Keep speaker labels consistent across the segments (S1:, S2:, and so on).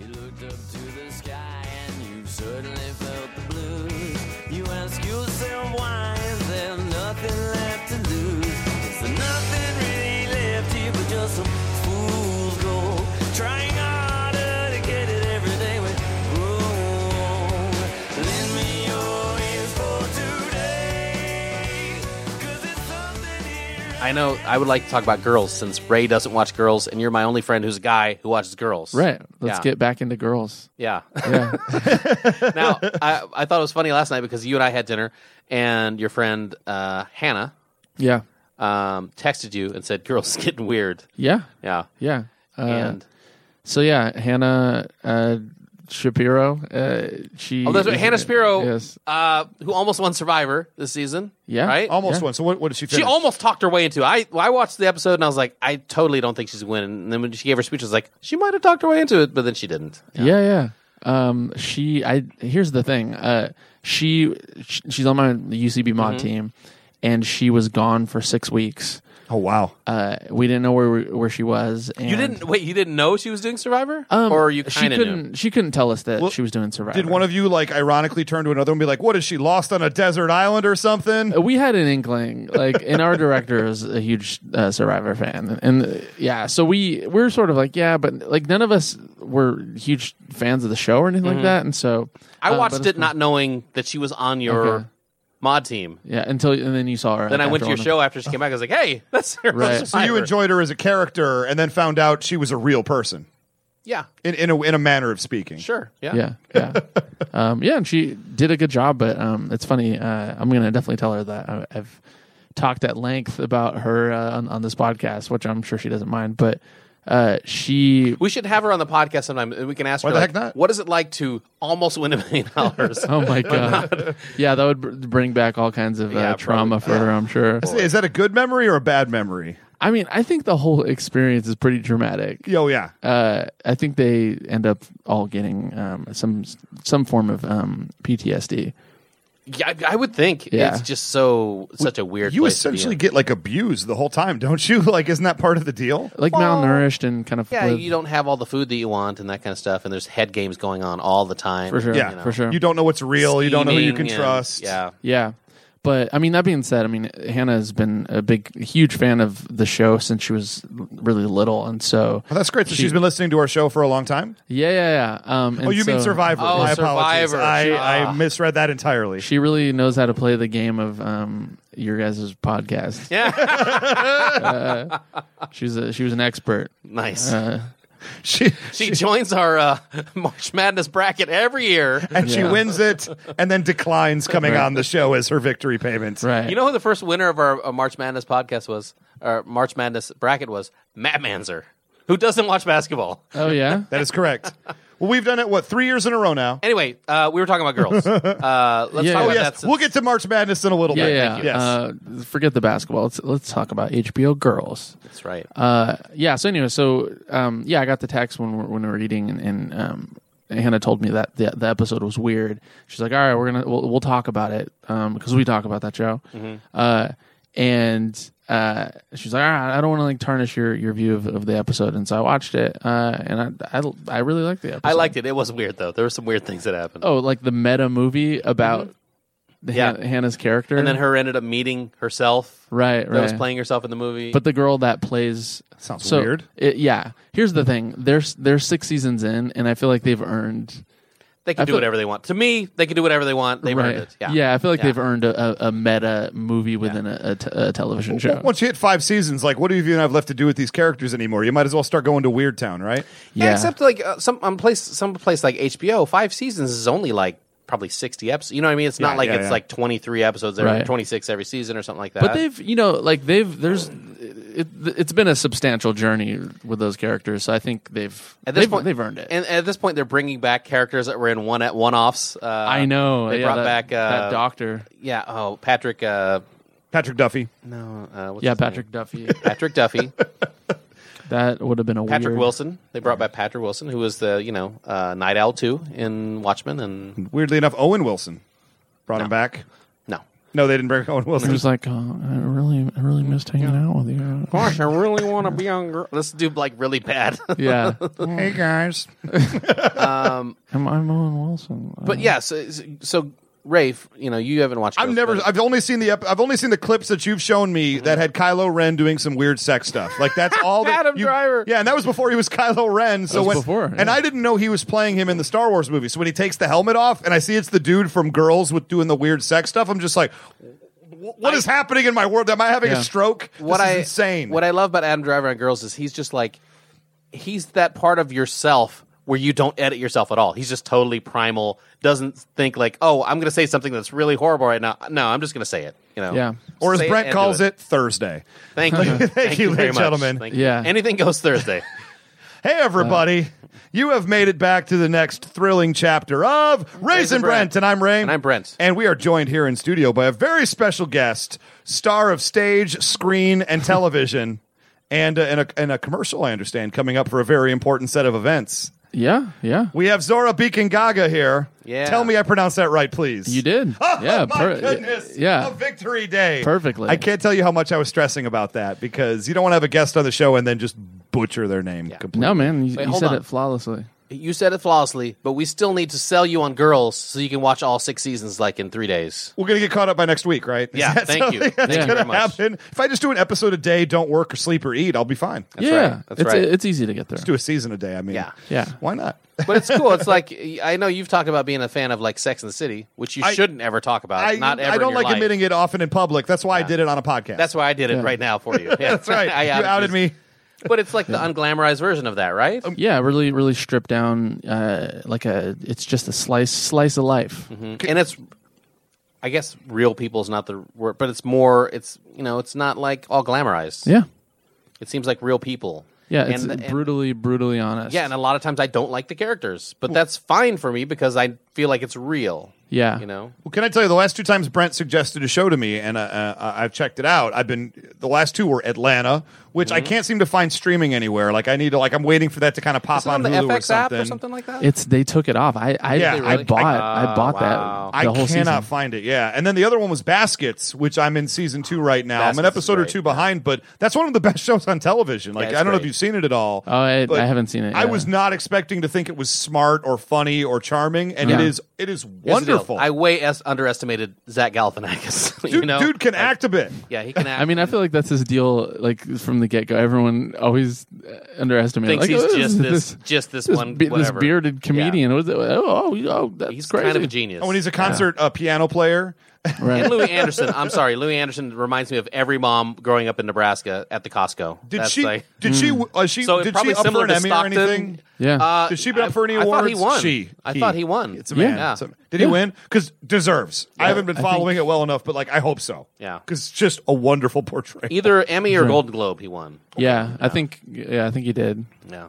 S1: looked up to the sky and you certainly felt the blues. You ask yourself why is there nothing left to lose? Is there nothing really left here but just some fool's gold? Trying harder to get it every day we grow old. Lend me your ears for today, 'cause it's something here.
S2: I know I would like to talk about girls since Ray doesn't watch girls, and you're my only friend who's a guy who watches girls.
S3: Right. Let's
S2: Yeah.
S3: get back into girls.
S2: Yeah.
S3: Yeah.
S2: now, I, I thought it was funny last night because you and I had dinner, and your friend uh, Hannah
S3: yeah.
S2: um, texted you and said, "Girls getting weird."
S3: Yeah.
S2: Yeah.
S3: Yeah. Uh,
S2: and
S3: so yeah, Hannah uh, Shapiro. Uh, she.
S2: oh, that's right. Hannah Spiro,
S3: Yes.
S2: uh, who almost won Survivor this season.
S3: Yeah.
S2: Right.
S4: Almost
S3: Yeah.
S4: one. So what, what did she
S2: She
S4: finish?
S2: almost talked her way into it. I I watched the episode and I was like, I totally don't think she's winning. And then when she gave her speech, I was like, she might have talked her way into it, but then she didn't.
S3: Yeah. Yeah. Um, she. I. Here's the thing. Uh, she. sh- She's on my UCB mod
S2: Mm-hmm.
S3: team, and she was gone for six weeks.
S4: Oh, wow.
S3: Uh, we didn't know where we- where she was. And,
S2: You didn't wait. You didn't know she was doing Survivor,
S3: Um,
S2: or you
S3: she
S2: kind of
S3: couldn't.
S2: knew.
S3: She couldn't tell us that she was doing Survivor.
S4: Did one of you like ironically turn to another and be like, "What is she lost on a desert island or something?"
S3: we had an inkling like and our director is a huge uh, survivor fan and, uh, yeah so we we're sort of like yeah but like none of us were huge fans of the show or anything
S2: Mm-hmm.
S3: like that and so
S2: I
S3: uh,
S2: watched
S3: but it's
S2: it not knowing that she was on your
S3: Okay.
S2: mod team.
S3: yeah until and then you saw her
S2: Then I went to your
S3: after one
S2: show after she came back. I was like, "Hey, that's her
S3: Right.
S2: from
S3: So
S4: So you
S2: Survivor.
S4: enjoyed her as a character, and then found out she was a real person
S2: Yeah,
S4: in in a, in a manner of speaking.
S2: sure. Yeah.
S3: of- yeah yeah um, yeah and she did a good job but um, it's funny uh, I'm gonna definitely tell her that I, I've talked at length about her uh, on, on this podcast which I'm sure she doesn't mind but uh, she
S2: We should have her on the podcast sometime, and we can ask
S4: Why
S2: her.
S4: the
S2: like,
S4: heck not?
S2: What is it like to almost win a million dollars?
S3: Oh my god! yeah, that would br- bring back all kinds of uh,
S2: Yeah,
S3: trauma for her. I'm sure.
S4: Is, is that a good memory or a bad memory?
S3: I mean, I think the whole experience is pretty dramatic.
S4: Oh yeah.
S3: Uh, I think they end up all getting um, some some form of um, PTSD.
S2: yeah, I, I would think
S3: Yeah.
S2: it's just so such a weird.
S4: you
S2: place
S4: essentially
S2: to be in.
S4: get like abused the whole time, don't you? Like, isn't that part of the deal?
S3: Like
S2: Well,
S3: malnourished and kind of
S2: yeah,
S3: live-
S2: you don't have all the food that you want and that kind of stuff, and there's head games going on all the time.
S3: for sure.
S4: Yeah,
S3: Yeah, for sure.
S4: You don't know what's real. you don't know who you can
S2: Scheming and-
S4: trust.
S2: Yeah,
S3: Yeah. But I mean, that being said, I mean, Hannah has been a big, huge fan of the show since she was really little, and so
S4: Well, that's great. So she, has been listening to our show for a long time.
S3: yeah, yeah, yeah. Um, and
S4: Oh, you mean
S3: so-
S4: Survivor?
S2: Oh,
S4: My
S2: Survivor.
S4: apologies. I,
S2: Ah.
S4: I misread that entirely.
S3: She really knows how to play the game of um, your guys' podcast. Uh,
S2: yeah.
S3: She's a, she was an expert.
S2: nice.
S4: She
S2: she joins our uh, March Madness bracket every year.
S4: and she
S3: Yeah.
S4: wins it, and then declines coming on the show as her victory payment.
S3: Right.
S2: You know who the first winner of our uh, March Madness podcast was, or March Madness bracket was? Matt Manzer, who doesn't watch basketball.
S3: Oh yeah.
S4: That is correct. well, we've done it what three years in a row now.
S2: Anyway, uh, we were talking about girls. Uh, let's
S3: Yeah.
S2: talk
S3: Oh,
S2: about
S4: Yes,
S2: that. since-
S4: we'll get to March Madness in a little
S3: Yeah,
S4: bit.
S3: yeah.
S4: Yes.
S3: Uh, forget the basketball. Let's let's talk about HBO Girls.
S2: That's right.
S3: Uh, yeah. So anyway, so um, yeah, I got the text when we're, when we were eating, and, and um, Hannah told me that the, the episode was weird. She's like, "All right, we're gonna we'll, we'll talk about it because we talk about that show."
S2: Mm-hmm.
S3: Uh, and uh, she's like, "All right, I don't want to like tarnish your, your view of, of the episode," and so I watched it, uh, and I, I I really liked the episode.
S2: I liked it. It was weird though. There were some weird things that happened.
S3: oh like the meta movie about the
S2: Mm-hmm. Yeah.
S3: Han- Hannah's character,
S2: And then her ended up meeting herself.
S3: right
S2: That
S3: right
S2: was playing herself in the movie.
S3: but the girl that plays
S4: Sounds
S3: so,
S4: weird.
S3: it- yeah, here's the thing: they're they're six seasons in, and I feel like they've earned.
S2: they can
S3: I
S2: do
S3: feel-
S2: whatever they want. To me, they can do whatever they want. They
S3: right.
S2: earned it. Yeah.
S3: I feel like
S2: Yeah.
S3: they've earned a, a, a meta movie within a a, t- a television show.
S4: Once you hit five seasons, like, what do you even have left to do with these characters anymore? You might as well start going to Weird Town, right?
S2: Yeah,
S3: Yeah.
S2: except like uh, some um, place, some place like HBO, five seasons is only like probably sixty episodes. You know what I mean? It's
S4: Yeah,
S2: not like
S4: yeah,
S2: it's
S4: yeah.
S2: like twenty three episodes every
S3: Right.
S2: twenty six every season or something like that.
S3: but they've you know like they've there's it, it's been a substantial journey with those characters, so I think they've
S2: at this
S3: they've,
S2: point
S3: they've earned it.
S2: And at this point, they're bringing back characters that were in one at one offs. Uh,
S3: I know
S2: they
S3: yeah,
S2: brought
S3: that-
S2: back uh,
S3: that doctor.
S2: Yeah. Oh, Patrick. Uh,
S4: Patrick Duffy.
S2: no. Uh, what's
S3: Yeah,
S2: his name?
S3: Patrick Duffy.
S2: Patrick Duffy.
S3: that would have been a
S2: Patrick
S3: weird.
S2: Wilson. They brought back Patrick Wilson, who was the you know uh, Night Owl too in Watchmen, and
S4: Weirdly enough, Owen Wilson brought him back.
S2: no.
S4: No, they didn't bring Owen
S3: He
S4: Wilson.
S3: was like, uh, I really, I really missed hanging out with you.
S2: I really want to be on. Girl. Let's do like really bad.
S3: Yeah,
S4: hey guys.
S3: I'm, I'm Owen Wilson. Uh,
S2: but yeah, so, so Rafe, you know, you haven't watched.
S4: Mm-hmm. I've
S2: Ghost
S4: never.
S2: Rider.
S4: I've only seen the. ep- I've only seen the clips that you've shown me that had Kylo Ren doing some weird sex stuff. Like that's all. That
S2: Adam
S4: you-
S2: Driver.
S4: Yeah, and that was before he was Kylo Ren. So
S3: was
S4: when,
S3: before,
S4: and
S3: yeah.
S4: I didn't know he was playing him in the Star Wars movie. So when he takes the helmet off and I see it's the dude from Girls with doing the weird sex stuff, I'm just like, "Wh- what is happening in my world? Am I having
S3: Yeah.
S4: a stroke?
S2: what
S4: This
S2: I
S4: is insane.
S2: What I love about Adam Driver on Girls is he's just like he's that part of yourself where you don't edit yourself at all. He's just totally primal. Doesn't think like, oh, I'm going to say something that's really horrible right now. No, I'm just going to say it. You know,
S3: Yeah.
S4: or as
S2: Say
S4: Brent
S2: and
S4: calls
S2: do
S4: it, Thursday.
S2: Thank you, thank,
S4: you,
S2: very
S4: ladies and
S2: much.
S4: gentlemen.
S2: Thank you.
S3: Yeah.
S2: anything goes Thursday.
S4: Hey everybody,
S3: Uh-huh.
S4: you have made it back to the next thrilling chapter of Raisin
S2: Raisin
S4: Brent,
S2: Brent.
S4: and I'm Ray,
S2: And I'm Brent.
S4: and we are joined here in studio by a very special guest, star of stage, screen, and television, and uh, and, a, and a commercial I understand coming up for a very important set of events.
S3: yeah, yeah.
S4: We have Zora Beacon Gaga here.
S2: Yeah.
S4: tell me I pronounced that right, please.
S3: You did.
S4: Oh,
S3: yeah,
S4: my
S3: per-
S4: goodness.
S3: Yeah,
S4: A victory day.
S3: Perfectly.
S4: I can't tell you how much I was stressing about that because you don't want to have a guest on the show and then just butcher their name completely.
S3: no, man, you,
S2: Wait,
S3: you
S2: hold
S3: said
S2: on.
S3: it flawlessly.
S2: You said it flawlessly, but we still need to sell you on Girls so you can watch all six seasons like in three days.
S4: We're gonna get caught up by next week, right? Is
S2: Yeah,
S4: that
S2: thank you.
S4: something
S2: Thank
S4: that's
S2: you
S4: gonna
S2: very much.
S4: happen? If I just do an episode a day, don't work or sleep or eat, I'll be fine. Let's
S3: yeah,
S2: right. That's
S3: it's
S2: right.
S3: it's easy to get there.
S4: do a season a day. I mean,
S2: Yeah.
S3: Yeah.
S4: why not?
S2: But it's cool. It's like I know you've talked about being a fan of like Sex and the City, which you
S4: I-
S2: shouldn't ever talk about.
S4: I,
S2: not ever.
S4: I
S2: in
S4: don't
S2: your
S4: like
S2: life.
S4: admitting it often in public. That's why I did it on a podcast.
S2: That's why I did it right now for you. Yeah.
S4: that's right.
S2: I
S4: you outed
S2: you.
S4: me. Um,
S2: But it's like the unglamorized version of that, right?
S3: Yeah, really, really stripped down. Uh, like a, it's just a slice, slice of life.
S2: and it's, I guess, real people is not the word, but it's more. It's you know, it's not like all glamorized.
S3: Yeah,
S2: It seems like real people.
S3: yeah. It's
S2: and, and-
S3: brutally, brutally honest.
S2: yeah, and a lot of times I don't like the characters, but that's fine for me because I feel like it's real.
S3: yeah.
S2: You know,
S4: Well, can I tell you the last two times Brent suggested a show to me and uh, uh, I've checked it out. I've been the last two were Atlanta, which
S2: Mm-hmm.
S4: I can't seem to find streaming anywhere. Like I need to like I'm waiting for that to kind of pop
S2: It's on the
S4: Hulu
S2: FX
S4: or something.
S2: app or something like that.
S3: It's they took it off. I I,
S4: Yeah,
S3: I
S4: really?
S3: bought
S2: Ah,
S3: I bought
S2: wow.
S3: that. The
S4: I
S3: whole
S4: cannot
S3: season.
S4: find it. Yeah, and then the other one was Baskets, which I'm in season two right now. I'm an
S2: Baskets is
S4: episode or
S2: great,
S4: two behind, but that's one of the best shows on television. Like
S2: it's
S4: I don't know if
S2: great.
S4: you've seen it at all.
S3: Oh, I,
S4: but
S3: I haven't seen it.
S4: I
S3: yeah.
S4: was not expecting to think it was smart or funny or charming, and it
S3: Yeah.
S4: is. It is
S2: Here's the deal.
S4: wonderful.
S2: I way as underestimated Zach Galifianakis.
S4: dude,
S2: you know,
S4: dude can
S2: Like,
S4: act a bit.
S2: Yeah, he can act.
S3: I mean, I feel like that's his deal. Like from the get go, everyone always uh, underestimated.
S2: thinks
S3: Like,
S2: he's
S3: oh,
S2: just this, just this,
S3: this,
S2: one,
S3: be- this
S2: whatever.
S3: bearded comedian.
S2: Yeah.
S3: What is it? Oh, oh, oh, that's
S2: He's
S3: crazy.
S2: kind of a genius.
S4: Oh, and he's a concert uh, piano player.
S3: Right.
S2: And Louis Anderson, I'm sorry, Louis Anderson reminds me of every mom growing up in Nebraska at the Costco.
S4: Did
S2: That's
S4: she?
S2: like-
S4: did she? Uh, she
S2: so
S4: did she
S2: probably
S4: up for
S2: similar
S4: an
S2: to
S4: Emmy
S2: Stockton.
S4: or anything?
S3: yeah.
S2: Uh,
S4: Did she been
S2: I-
S4: up for any
S2: I
S4: awards?
S2: thought he won.
S4: She.
S2: I thought he won.
S4: It's a man.
S2: Yeah.
S4: It's a- did
S3: Yeah.
S4: he win? Because deserves. I haven't been
S3: I think-
S4: following it well enough, but like I hope so.
S2: Yeah.
S4: Because it's just a wonderful portrayal.
S2: Either Emmy or Golden Globe, he won.
S3: yeah, I think. Yeah, I think he did.
S2: Yeah.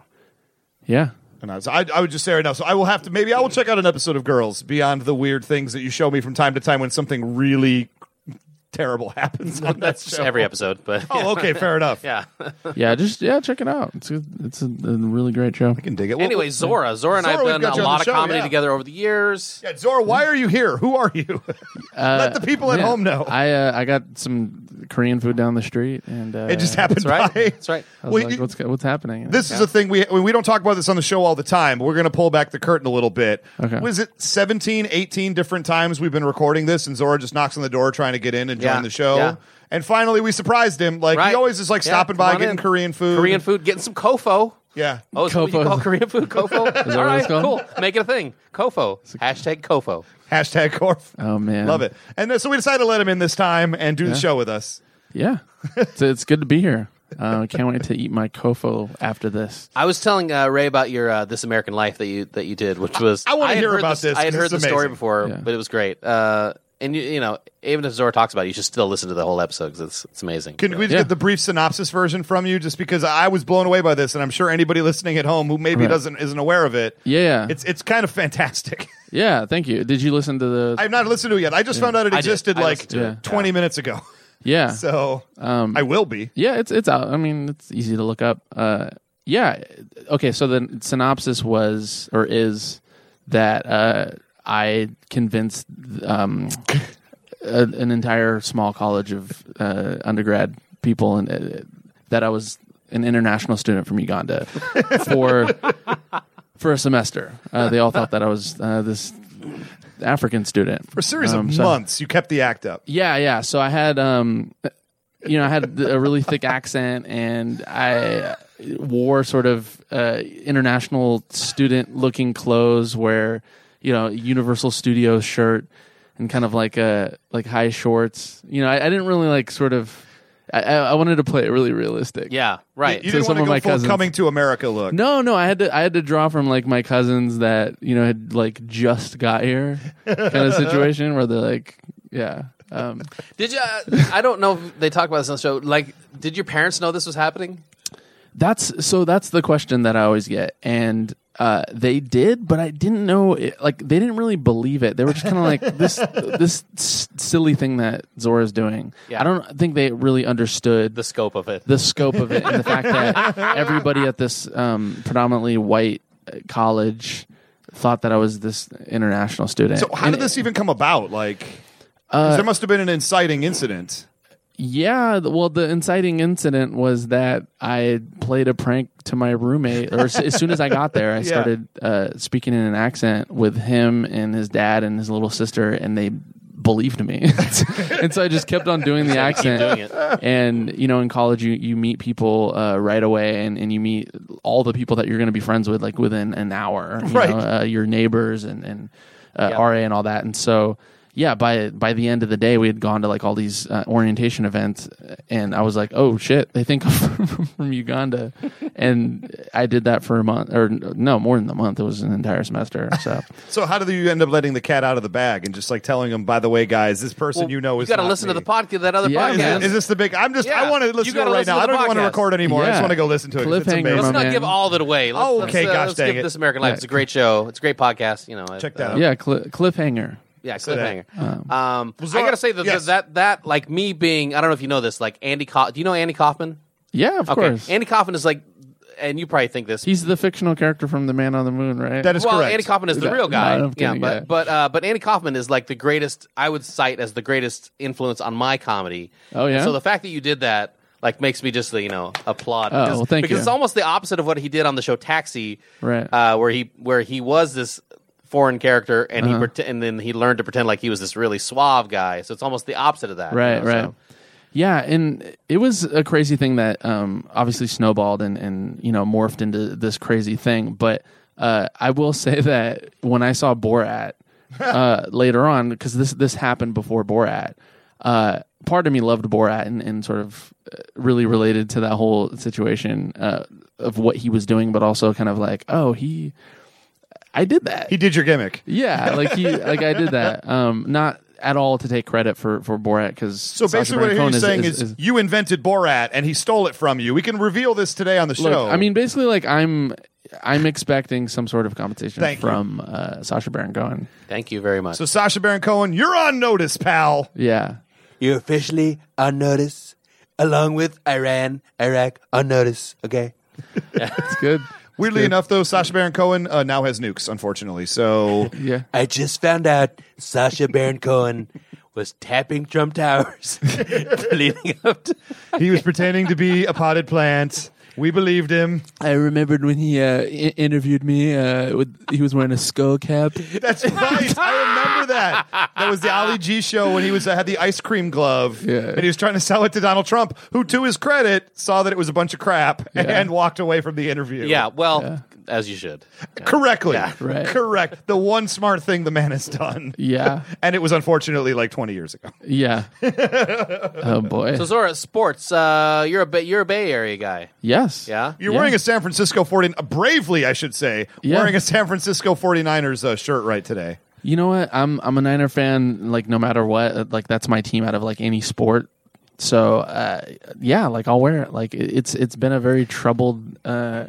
S3: Yeah.
S4: And I, so I, I would just say right now. So I will have to maybe I will check out an episode of Girls beyond the weird things that you show me from time to time when something really terrible happens. On
S2: That's
S4: that
S2: just
S4: show.
S2: every episode, but
S4: Oh, okay, fair enough.
S2: yeah.
S3: Yeah. Just yeah. Check it out. It's a, it's a, a really great show.
S4: I can dig it. Well,
S2: Anyway, Zora, Zora and
S4: Zora, we've
S2: I've done
S4: got
S2: a
S4: you on
S2: lot
S4: the
S2: of
S4: show,
S2: comedy
S4: yeah.
S2: together over the years.
S4: yeah, Zora, why are you here? Who are you?
S2: Uh,
S4: Let the people at
S3: Yeah.
S4: home know.
S3: I uh, I got some Korean food down the street, and uh,
S4: it just happened
S2: That's right.
S4: by.
S2: That's right.
S3: I was
S4: Well,
S3: like,
S4: you-
S3: what's what's happening?
S4: This is a thing we we don't talk about this on the show all the time. But we're going to pull back the curtain a little bit.
S3: Okay.
S4: Was it 17, 18 different times we've been recording this and Zora just knocks on the door trying to get in and join
S2: Yeah,
S4: the show.
S2: yeah.
S4: And finally we surprised him. Like
S2: Right.
S4: he always is like
S2: Yeah,
S4: stopping
S2: come
S4: by
S2: on
S4: getting
S2: in.
S4: Korean food.
S2: Korean food, getting some kofo.
S4: Yeah.
S2: Oh, is that what you
S3: Kofo.
S2: call Korean food kofo?
S3: what
S2: All right,
S3: it's called?
S2: cool. Make it a thing. Kofo. Hashtag kofo.
S4: Hashtag Corf.
S3: oh man,
S4: Love it. And then, so we decided to let him in this time and do the show with us.
S3: Yeah, so it's good to be here. Uh, I can't wait to eat my kofo after this.
S2: I was telling uh, Ray about your uh, This American Life that you that you did, which was
S4: I wanna
S2: had
S4: hear
S2: heard
S4: about this,
S2: I had
S4: 'cause
S2: heard
S4: it's
S2: the story
S4: amazing.
S2: before,
S3: Yeah.
S2: but it was great. Uh, and you, you know, even if Zora talks about it, you should still listen to the whole episode because it's it's amazing.
S4: Can we just
S3: Yeah.
S4: get the brief synopsis version from you just because I was blown away by this and I'm sure anybody listening at home who maybe
S3: Right.
S4: doesn't isn't aware of it.
S3: Yeah,
S4: It's it's kind of fantastic.
S3: yeah. Thank you. Did you listen to the?
S4: I've not listened to it yet. I just found out it
S2: I did.
S4: existed
S2: I
S4: like
S2: listened to
S3: it. Um,
S4: 20 minutes ago.
S3: yeah,
S4: So I will be.
S3: yeah. It's it's out. I mean, it's easy to look up. Uh, yeah. Okay. So the synopsis was or is that uh, I convinced um, a, an entire small college of uh, undergrad people, and uh, that I was an international student from Uganda for for a semester. Uh, they all thought that I was uh, this African student
S4: For a series
S3: Um,
S4: of
S3: so-
S4: months, you kept the act up.
S3: yeah, yeah. So I had, um, you know, I had a really thick accent, and I wore sort of uh, international student-looking clothes, where you know, Universal Studios shirt and kind of like a like high shorts. You know, I, I didn't really like sort of. I, I I wanted to play it really realistic.
S2: Yeah, right.
S4: You
S3: So
S4: didn't
S3: some
S4: want to
S3: of
S4: go
S3: my
S4: full
S3: cousins-
S4: coming to America look.
S3: No, no, I had to I had to draw from like my cousins that you know had like just got here kind of situation where they're like, yeah. Um,
S2: Did you? Uh, I don't know if they talk about this on the show. Like, did your parents know this was happening?
S3: That's so. That's the question that I always get, and uh, they did, but I didn't know. It, like they didn't really believe it. They were just kind of like this this s- silly thing that Zora's doing.
S2: Yeah.
S3: I don't think they really understood
S2: The scope of it.
S3: the scope of it and the fact that everybody at this um, predominantly white uh, college thought that I was this international student.
S4: So how
S3: And Uh,
S4: did this even come about? Like, 'cause there must have been an inciting incident.
S3: Yeah, th- well, the inciting incident was that I played a prank to my roommate. Or as, as soon as I got there, I started uh, speaking in an accent with him and his dad and his little sister, and they believed me. and so I just kept on doing the accent.
S2: doing it.
S3: And you know, in college, you you meet people uh, right away, and, and you meet all the people that you're going to be friends with, like within an hour. You
S4: Right.
S3: know, uh, your neighbors and and uh,
S2: Yeah.
S3: RA and all that. And so, yeah, by by the end of the day, we had gone to like all these uh, orientation events, and I was like, oh shit, they think I'm from, from Uganda, and I did that for a month or no more than a month. It was an entire semester. So
S4: So how did you end up letting the cat out of the bag and just like telling him, by the way, guys, this person you know is
S2: got to
S4: not
S2: listen to
S4: me."
S2: the podcast. That other
S3: Yeah,
S2: podcast.
S3: man.
S4: Is, is this the big? I'm just. I
S2: Yeah.
S4: want to
S2: You
S4: listen to it
S2: gotta
S4: right
S2: listen
S4: now.
S2: to
S4: I don't
S2: the
S4: even want to
S2: podcast.
S4: record anymore. I just
S3: Yeah.
S4: want to go listen to it. 'cause It's
S3: Cliffhanger,
S4: amazing.
S2: Let's
S3: my
S2: not
S3: man.
S2: give all that away. Let's,
S4: Oh,
S2: let's,
S4: okay,
S2: uh,
S4: gosh
S2: let's
S4: dang
S2: give
S4: it.
S2: This American Life. It's a great show. It's a great podcast. You know,
S4: Check
S2: uh,
S4: that out.
S3: yeah, cli cliffhanger.
S2: Yeah,
S4: that.
S2: cliffhanger. Um,
S4: Was
S2: I
S4: that-
S2: gotta say that
S4: yes.
S2: that that like me being I don't know if you know this like Andy. Co- Do you know Andy Kaufman?
S3: Yeah, of course.
S2: Andy Kaufman is like, and you probably think this.
S3: He's the fictional character from The Man on the Moon, right?
S4: That is
S2: well,
S4: correct.
S2: Andy Kaufman is the
S3: Yeah,
S2: real guy.
S3: no, I'm
S2: yeah,
S3: kidding,
S2: but
S3: yeah.
S2: but uh, but Andy Kaufman is like the greatest. I would cite as the greatest influence on my comedy.
S3: Oh, yeah?
S2: And so the fact that you did that like makes me just you know applaud.
S3: Oh,
S2: because,
S3: well, thank
S2: because
S3: you.
S2: it's almost the opposite of what he did on the show Taxi,
S3: Right.
S2: Uh, where he where he was this foreign character and
S3: Uh-huh.
S2: he prete- and then he learned to pretend like he was this really suave guy. So it's almost the opposite of that. you
S3: right
S2: know,
S3: right
S2: so-
S3: yeah and it was a crazy thing that um obviously snowballed and and you know morphed into this crazy thing but uh i will say that when i saw borat uh later on because this this happened before borat uh part of me loved borat and, and sort of uh, really related to that whole situation uh of what he was doing but also kind of like oh he i did that
S4: He did your gimmick.
S3: yeah, like he, like I did that. Um, not at all to take credit for for Borat because
S4: So basically, what I hear you saying is, you invented Borat and he stole it from you. We can reveal this today on the
S3: look,
S4: show.
S3: I mean, basically, like I'm I'm expecting some sort of compensation
S4: Thank you.
S3: from uh, Sasha Baron Cohen.
S2: Thank you very much.
S4: so Sasha Baron Cohen, you're on notice, pal.
S3: Yeah,
S1: You're officially on notice, along with Iran, Iraq, on notice, okay?
S3: it's good.
S4: Weirdly enough, though, Sasha Baron Cohen uh, now has nukes, unfortunately. So
S3: Yeah,
S1: I just found out Sasha Baron Cohen was tapping Trump Towers leading up to.
S4: he was pretending to be a potted plant. We believed him.
S3: I remembered when he uh, interviewed me. Uh, with, he was wearing a skull cap.
S4: That's right. I remember that. That was the Ali G show when he was uh, had the ice cream glove,
S3: Yeah.
S4: and he was trying to sell it to Donald Trump, who, to his credit, saw that it was a bunch of crap and walked away from the interview.
S2: yeah, well, as you should.
S4: correctly.
S3: Right.
S4: Correct. The one smart thing the man has done.
S3: Yeah,
S4: And it was unfortunately like 20 years ago.
S3: yeah. oh boy.
S2: So Zora, sports. Uh, you're a ba- you're a Bay Area guy.
S3: yes.
S2: Yeah.
S4: You're
S3: Yeah.
S4: wearing a San Francisco 40 uh, bravely, I should say,
S3: Yeah.
S4: wearing a San Francisco 49ers uh, shirt right today.
S3: You know what? I'm I'm a Niner fan. Like no matter what, uh, like that's my team out of like any sport. So uh, yeah, like I'll wear it. Like it- it's it's been a very troubled. Uh,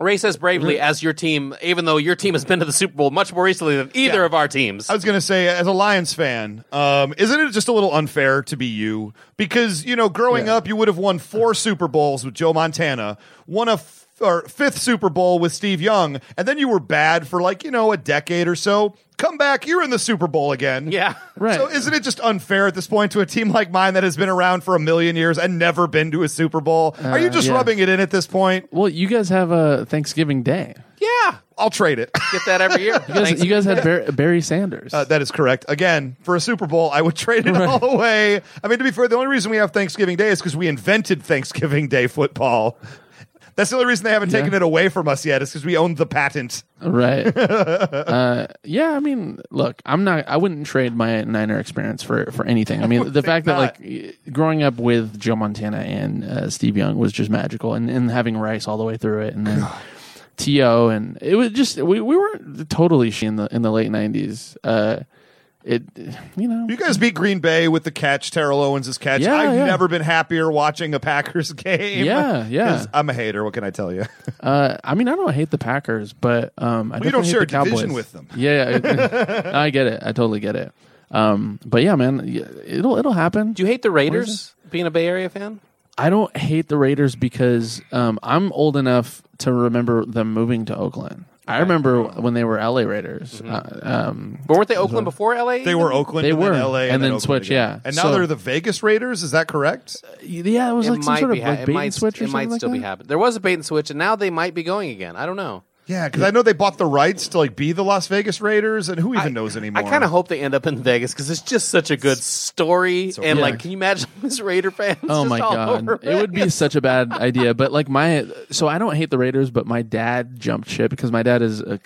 S2: Ray says bravely as your team, even though your team has been to the Super Bowl much more recently than either of our teams.
S4: I was going to say, as a Lions fan, um, isn't it just a little unfair to be you? Because, you know, growing
S3: Yeah.
S4: up, you would have won four Super Bowls with Joe Montana, won a f- or fifth Super Bowl with Steve Young, and then you were bad for like you know a decade or so. Come back, you're in the Super Bowl again.
S2: Yeah.
S3: Right.
S4: So isn't it just unfair at this point to a team like mine that has been around for a million years and never been to a Super Bowl? Are you just
S3: Uh, yeah.
S4: rubbing it in at this point?
S3: well, you guys have a Thanksgiving Day.
S2: Yeah.
S4: I'll trade it.
S2: Get that every year.
S3: You guys,
S2: Thanks.
S3: you guys had Bar- Barry Sanders.
S4: Uh, that is correct. Again, for a Super Bowl, I would trade it all away. I mean, to be fair, the only reason we have Thanksgiving Day is because we invented Thanksgiving Day football. That's the only reason they haven't taken it away from us yet, is because we owned the patent.
S3: right. uh, yeah, I mean, look, I'm not. I wouldn't trade my Niner experience for for anything. I mean, the fact that
S4: not.
S3: like y- growing up with Joe Montana and uh, Steve Young was just magical, and and having Rice all the way through it, and then. To and it was just we, we weren't totally she in the in the late nineties. Uh, it you know
S4: You guys beat Green Bay with the catch, Terrell Owens' catch.
S3: Yeah,
S4: I've
S3: yeah.
S4: never been happier watching a Packers game.
S3: Yeah, yeah.
S4: 'Cause I'm a hater. What can I tell you?
S3: Uh, I mean, I don't hate the Packers, but um, I
S4: you don't
S3: definitely hate
S4: share
S3: the
S4: a division
S3: Cowboys.
S4: with them.
S3: Yeah, yeah. I get it. I totally get it. Um, but yeah, man, y- it'll it'll happen.
S2: Do you hate the Raiders being a Bay Area fan?
S3: I don't hate the Raiders because um, I'm old enough to remember them moving to Oakland. I remember when they were LA Raiders.
S2: Mm-hmm.
S3: Uh, um,
S2: But weren't they Oakland before LA?
S4: They were Oakland,
S3: They
S4: and then
S3: were.
S4: LA,
S3: And then
S4: Oakland
S3: switch,
S4: again.
S3: yeah.
S4: And now
S3: So-
S4: they're the Vegas Raiders. Is that correct?
S3: yeah, it was
S2: It
S3: like some
S2: might
S3: sort of
S2: be. ha-
S3: like
S2: it
S3: bait
S2: might,
S3: and switch or
S2: it might
S3: something
S2: still
S3: like
S2: be
S3: that.
S2: happening. There was a bait and switch, and now they might be going again. I don't know.
S4: Yeah, because I know they bought the rights to like be the Las Vegas Raiders, and who even knows anymore?
S2: I kind of hope they end up in Vegas because it's just such a good story. and
S3: Yeah.
S2: like, can you imagine this Raider fans?
S3: Oh
S2: just
S3: my
S2: all
S3: god,
S2: over
S3: it would be
S2: Vegas?
S3: such a bad idea. But like my, so I don't hate the Raiders, but my dad jumped ship because my dad is a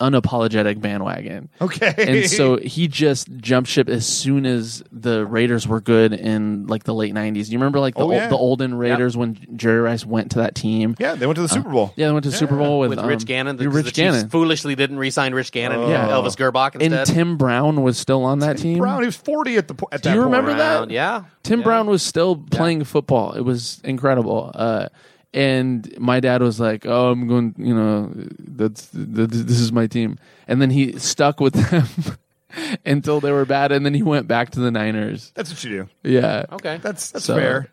S3: unapologetic bandwagon.
S4: Okay.
S3: and so he just jumped ship as soon as the Raiders were good in like the late '90s. You remember like the
S4: Oh,
S3: old,
S4: yeah.
S3: the olden Raiders when Jerry Rice went to that team.
S4: Yeah, they went to the Super Bowl.
S3: Yeah, they went to the Super Bowl with,
S2: with
S3: um,
S2: Rich Gannon. The,
S3: with Rich
S2: the Chiefs
S3: Gannon.
S2: foolishly didn't re-sign Rich Gannon. yeah,
S3: Oh.
S2: Elvis Gerbach
S3: and
S2: instead.
S3: Tim Brown was still on that team.
S4: Brown, he was forty at the po- at
S3: Do
S4: that
S3: you
S4: point.
S3: remember that?
S2: Brown, yeah,
S3: Tim
S2: Yeah.
S3: Brown was still playing football. It was incredible. Uh, and my dad was like, "Oh, I'm going. You know, that's th- th- this is my team." And then he stuck with them until they were bad, and then he went back to the Niners.
S4: That's what you do.
S3: Yeah.
S2: Okay.
S4: That's that's
S3: So-
S4: fair.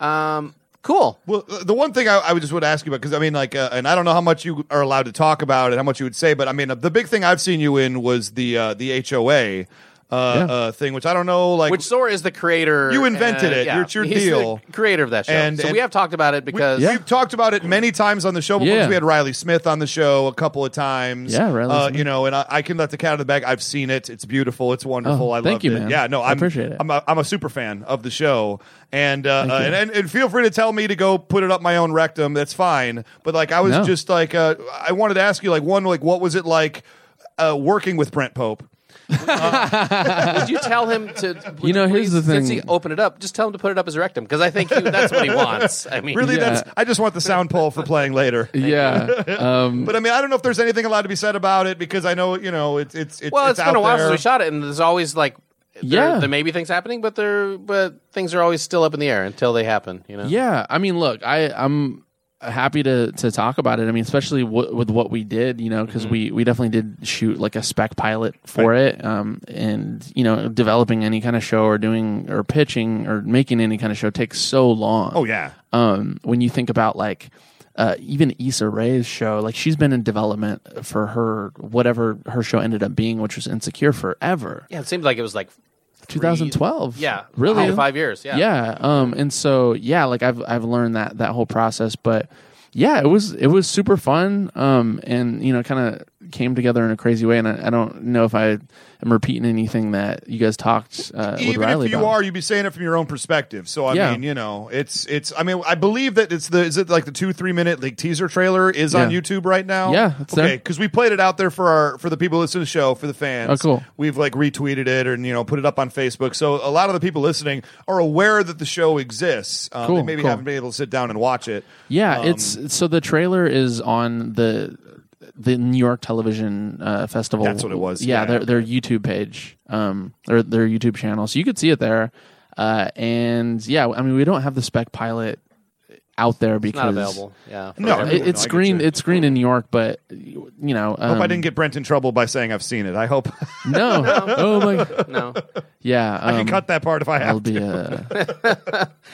S2: Um, cool.
S4: Well, uh, the one thing I, I would just would ask you about because I mean, like, uh, and I don't know how much you are allowed to talk about and how much you would say, but I mean, uh, the big thing I've seen you in was the uh, the HOA uh, uh, thing, which I don't know, like,
S2: Which Sora is the creator?
S4: You invented it. It's your
S2: He's the
S4: deal.
S2: creator of that show.
S4: And-
S2: so
S4: and-
S2: we have talked about it because
S4: we, have talked about it many times on the show before.
S3: Yeah.
S4: 'cause We had Riley Smith on the show a couple of times.
S3: Yeah, Riley
S4: Uh,
S3: Smith.
S4: You know, and I, I can let the cat out of the bag. I've seen it. It's beautiful. It's wonderful.
S3: Oh,
S4: I
S3: thank
S4: loved
S3: you,
S4: it.
S3: man.
S4: Yeah, no,
S3: I
S4: I'm,
S3: appreciate it.
S4: I'm a, I'm a super fan of the show, and uh, uh, and, and and feel free to tell me to go put it up my own rectum. That's fine. But like, I was
S3: No.
S4: just like, uh, I wanted to ask you, like, one, like, what was it like uh, working with Brent Pope?
S2: Would you tell him to? would
S3: You know, here's
S2: please,
S3: the thing.
S2: Since he opened it up, just tell him to put it up his rectum because I think he, that's what he wants. I mean,
S4: Really,
S3: Yeah.
S4: that's. I just want the sound poll for playing later.
S3: Yeah.
S4: But I mean, I don't know if there's anything allowed to be said about it because I know, you know, it's it's it's.
S2: Well, it's been
S4: out
S2: a while
S4: there.
S2: since we shot it, and there's always like, yeah,
S3: Yeah.
S2: there, may be things happening, but there, but things are always still up in the air until they happen. You know,
S3: Yeah, I mean, look, I I'm happy to to talk about it. I mean, especially w- with what we did, you know, because
S4: Mm-hmm.
S3: we we definitely did shoot like a spec pilot for it, um, and you know, developing any kind of show or doing or pitching or making any kind of show takes so long.
S4: Oh yeah.
S3: um, when you think about like. Uh, even Issa Rae's show, like she's been in development for her whatever her show ended up being, which was Insecure forever.
S2: yeah. It seemed like it was like
S3: 2012.
S2: yeah,
S3: really,
S2: five, five years. Yeah,
S3: yeah um and so yeah like i've i've learned that that whole process but yeah it was it was super fun um and you know kind of came together in a crazy way and I, I don't know if i am repeating anything that you guys talked uh, with
S4: Even
S3: riley
S4: if you
S3: about.
S4: are, you'd be saying it from your own perspective. So I
S3: Yeah.
S4: mean, you know, it's it's. I mean, I believe that it's the is it like the two three minute like teaser trailer is on
S3: Yeah.
S4: YouTube right now.
S3: Yeah, it's
S4: okay,
S3: there.
S4: because we played it out there for our for the people listening to the show for the fans.
S3: Oh, cool.
S4: We've like retweeted it and you know put it up on Facebook. So a lot of the people listening are aware that the show exists. Um, They
S3: Cool,
S4: maybe
S3: cool.
S4: haven't been able to sit down and watch it.
S3: yeah
S4: Um,
S3: it's so the trailer is on the the new york television uh, festival
S4: That's what it was.
S3: yeah,
S4: Yeah.
S3: their, their youtube page um their, their youtube channel so you could see it there uh and yeah i mean we don't have the spec pilot out there because
S2: not available. Yeah,
S4: No,
S2: Forever.
S4: Everyone,
S3: it,
S4: I get
S3: it's screened.
S4: you.
S3: It's screened in New York, but you know, um,
S4: I hope I didn't get Brent in trouble by saying I've seen it. I hope
S3: no. oh my,
S2: No,
S3: yeah. Um,
S4: I can cut that part if I
S3: I'll
S4: have to.
S3: be uh,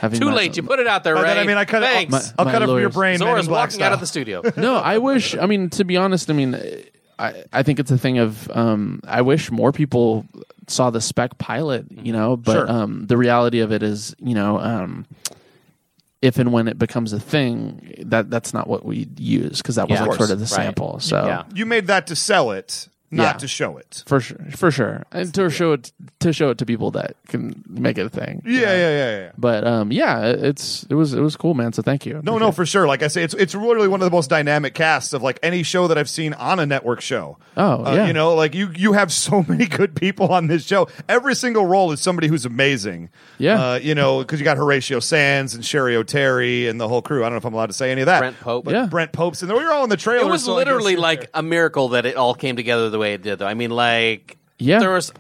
S3: having
S2: too
S3: my-
S2: late. You put it out there,
S4: By then,
S2: right?
S4: I mean, I cut
S2: Thanks.
S4: it. I'll, I'll
S3: My-
S4: cut
S3: my
S4: it from your
S3: lawyers.
S4: brain. Man in
S2: Zora's
S4: Black
S2: walking out
S4: style.
S2: of the studio.
S3: no, I wish. I mean, to be honest, I mean, I I think it's a thing of um, I wish more people saw the spec pilot, you know. But
S4: Sure.
S3: um, the reality of it is, you know, um, if and when it becomes a thing, that that's not what we use because that was
S2: Yeah.
S3: like
S2: Of course.
S3: sort of the
S2: Right.
S3: sample. So
S2: Yeah.
S4: You made that to sell it, not
S3: Yeah.
S4: to show it.
S3: for sure, for sure, and to show it to show it to people that can make it a thing.
S4: Yeah, yeah, yeah, yeah. yeah.
S3: But um, yeah, it's it was it was cool, man. So thank you.
S4: No, no, for sure. Like I say, it's it's really one of the most dynamic casts of like any show that I've seen on a network show.
S3: Oh,
S4: Uh,
S3: yeah.
S4: you know, like you you have so many good people on this show. Every single role is somebody who's amazing.
S3: Yeah.
S4: uh, you know, because you got Horatio Sands and Sherry O'Terry and the whole crew. I don't know if I'm allowed to say any of that.
S2: Brent Pope.
S3: Yeah.
S4: Brent Pope's in there. We were all in the trailer.
S2: It was
S4: so I guess
S2: literally
S4: it's
S2: like
S4: there.
S2: a miracle that it all came together the way it did. Though I mean, like
S3: Yeah.
S2: there was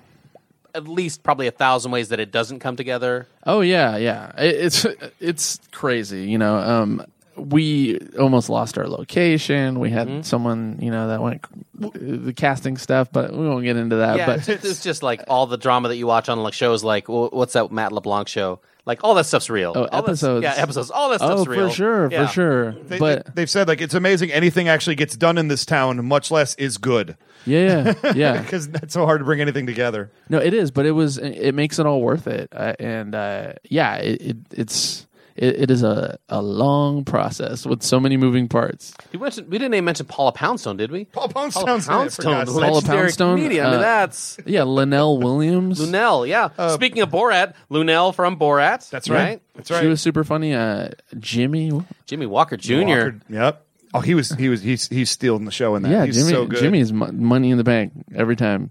S2: at least probably a thousand ways that it doesn't come together.
S3: Oh yeah, yeah. It, it's it's crazy, you know. Um, we almost lost our location. We
S4: Mm-hmm.
S3: had someone, you know, that went the casting stuff, but we won't get into that.
S2: Yeah,
S3: but
S2: it's, just- it's just like all the drama that you watch on like shows like wh- what's that Matt LeBlanc show? Like all that stuff's real.
S3: Oh,
S2: All that-
S3: episodes.
S2: yeah, episodes. All that stuff's
S3: oh,
S2: real.
S3: for sure,
S2: Yeah.
S3: for sure.
S4: They,
S3: but
S4: they, have said like it's amazing anything actually gets done in this town, much less is good,
S3: yeah, yeah, yeah.
S4: because that's so hard to bring anything together.
S3: No, it is, but it was. It makes it all worth it, uh, and uh, yeah, it, it it's it, it is a a long process with so many moving parts.
S2: You mentioned, we didn't even mention Paula Poundstone, did we?
S4: Paul Poundstone's
S2: Paula
S4: in it, for
S2: Poundstone,
S4: God's
S2: the
S4: sake.
S3: Paula
S2: legendary
S3: Poundstone,
S2: comedian. I mean,
S3: uh,
S2: that's
S3: Yeah, Linnell Williams.
S2: Lunel. Yeah. Speaking of Borat, Lunel from Borat.
S4: That's right. That's right.
S3: She was super funny. Uh, Jimmy,
S2: Jimmy Walker Jr.
S4: Walker- yep. Oh, he was he was he's he's stealing the show in that.
S3: Yeah,
S4: he's
S3: Jimmy.
S4: so good.
S3: Jimmy's mon- money in the bank every time.